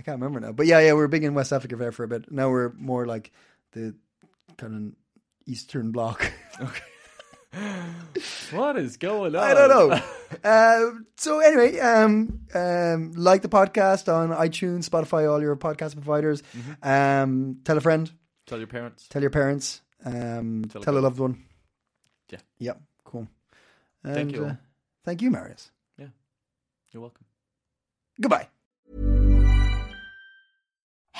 Speaker 2: I can't remember now, but yeah, yeah, we were big in West Africa there for a bit. Now we're more like the kind of Eastern Bloc. [laughs]
Speaker 3: what is going on?
Speaker 2: I don't [laughs] know. uh, so anyway, um, um, like the podcast on iTunes, Spotify, all your podcast providers.
Speaker 3: Mm-hmm.
Speaker 2: Um, tell a friend.
Speaker 3: Tell your parents.
Speaker 2: Tell your parents. Um, tell,
Speaker 3: Tell a
Speaker 2: a
Speaker 3: cousin.
Speaker 2: loved one.
Speaker 3: Yeah.
Speaker 2: Yep. Cool. And,
Speaker 3: Thank you.
Speaker 2: uh, thank you, Marius.
Speaker 3: You're welcome.
Speaker 2: Goodbye.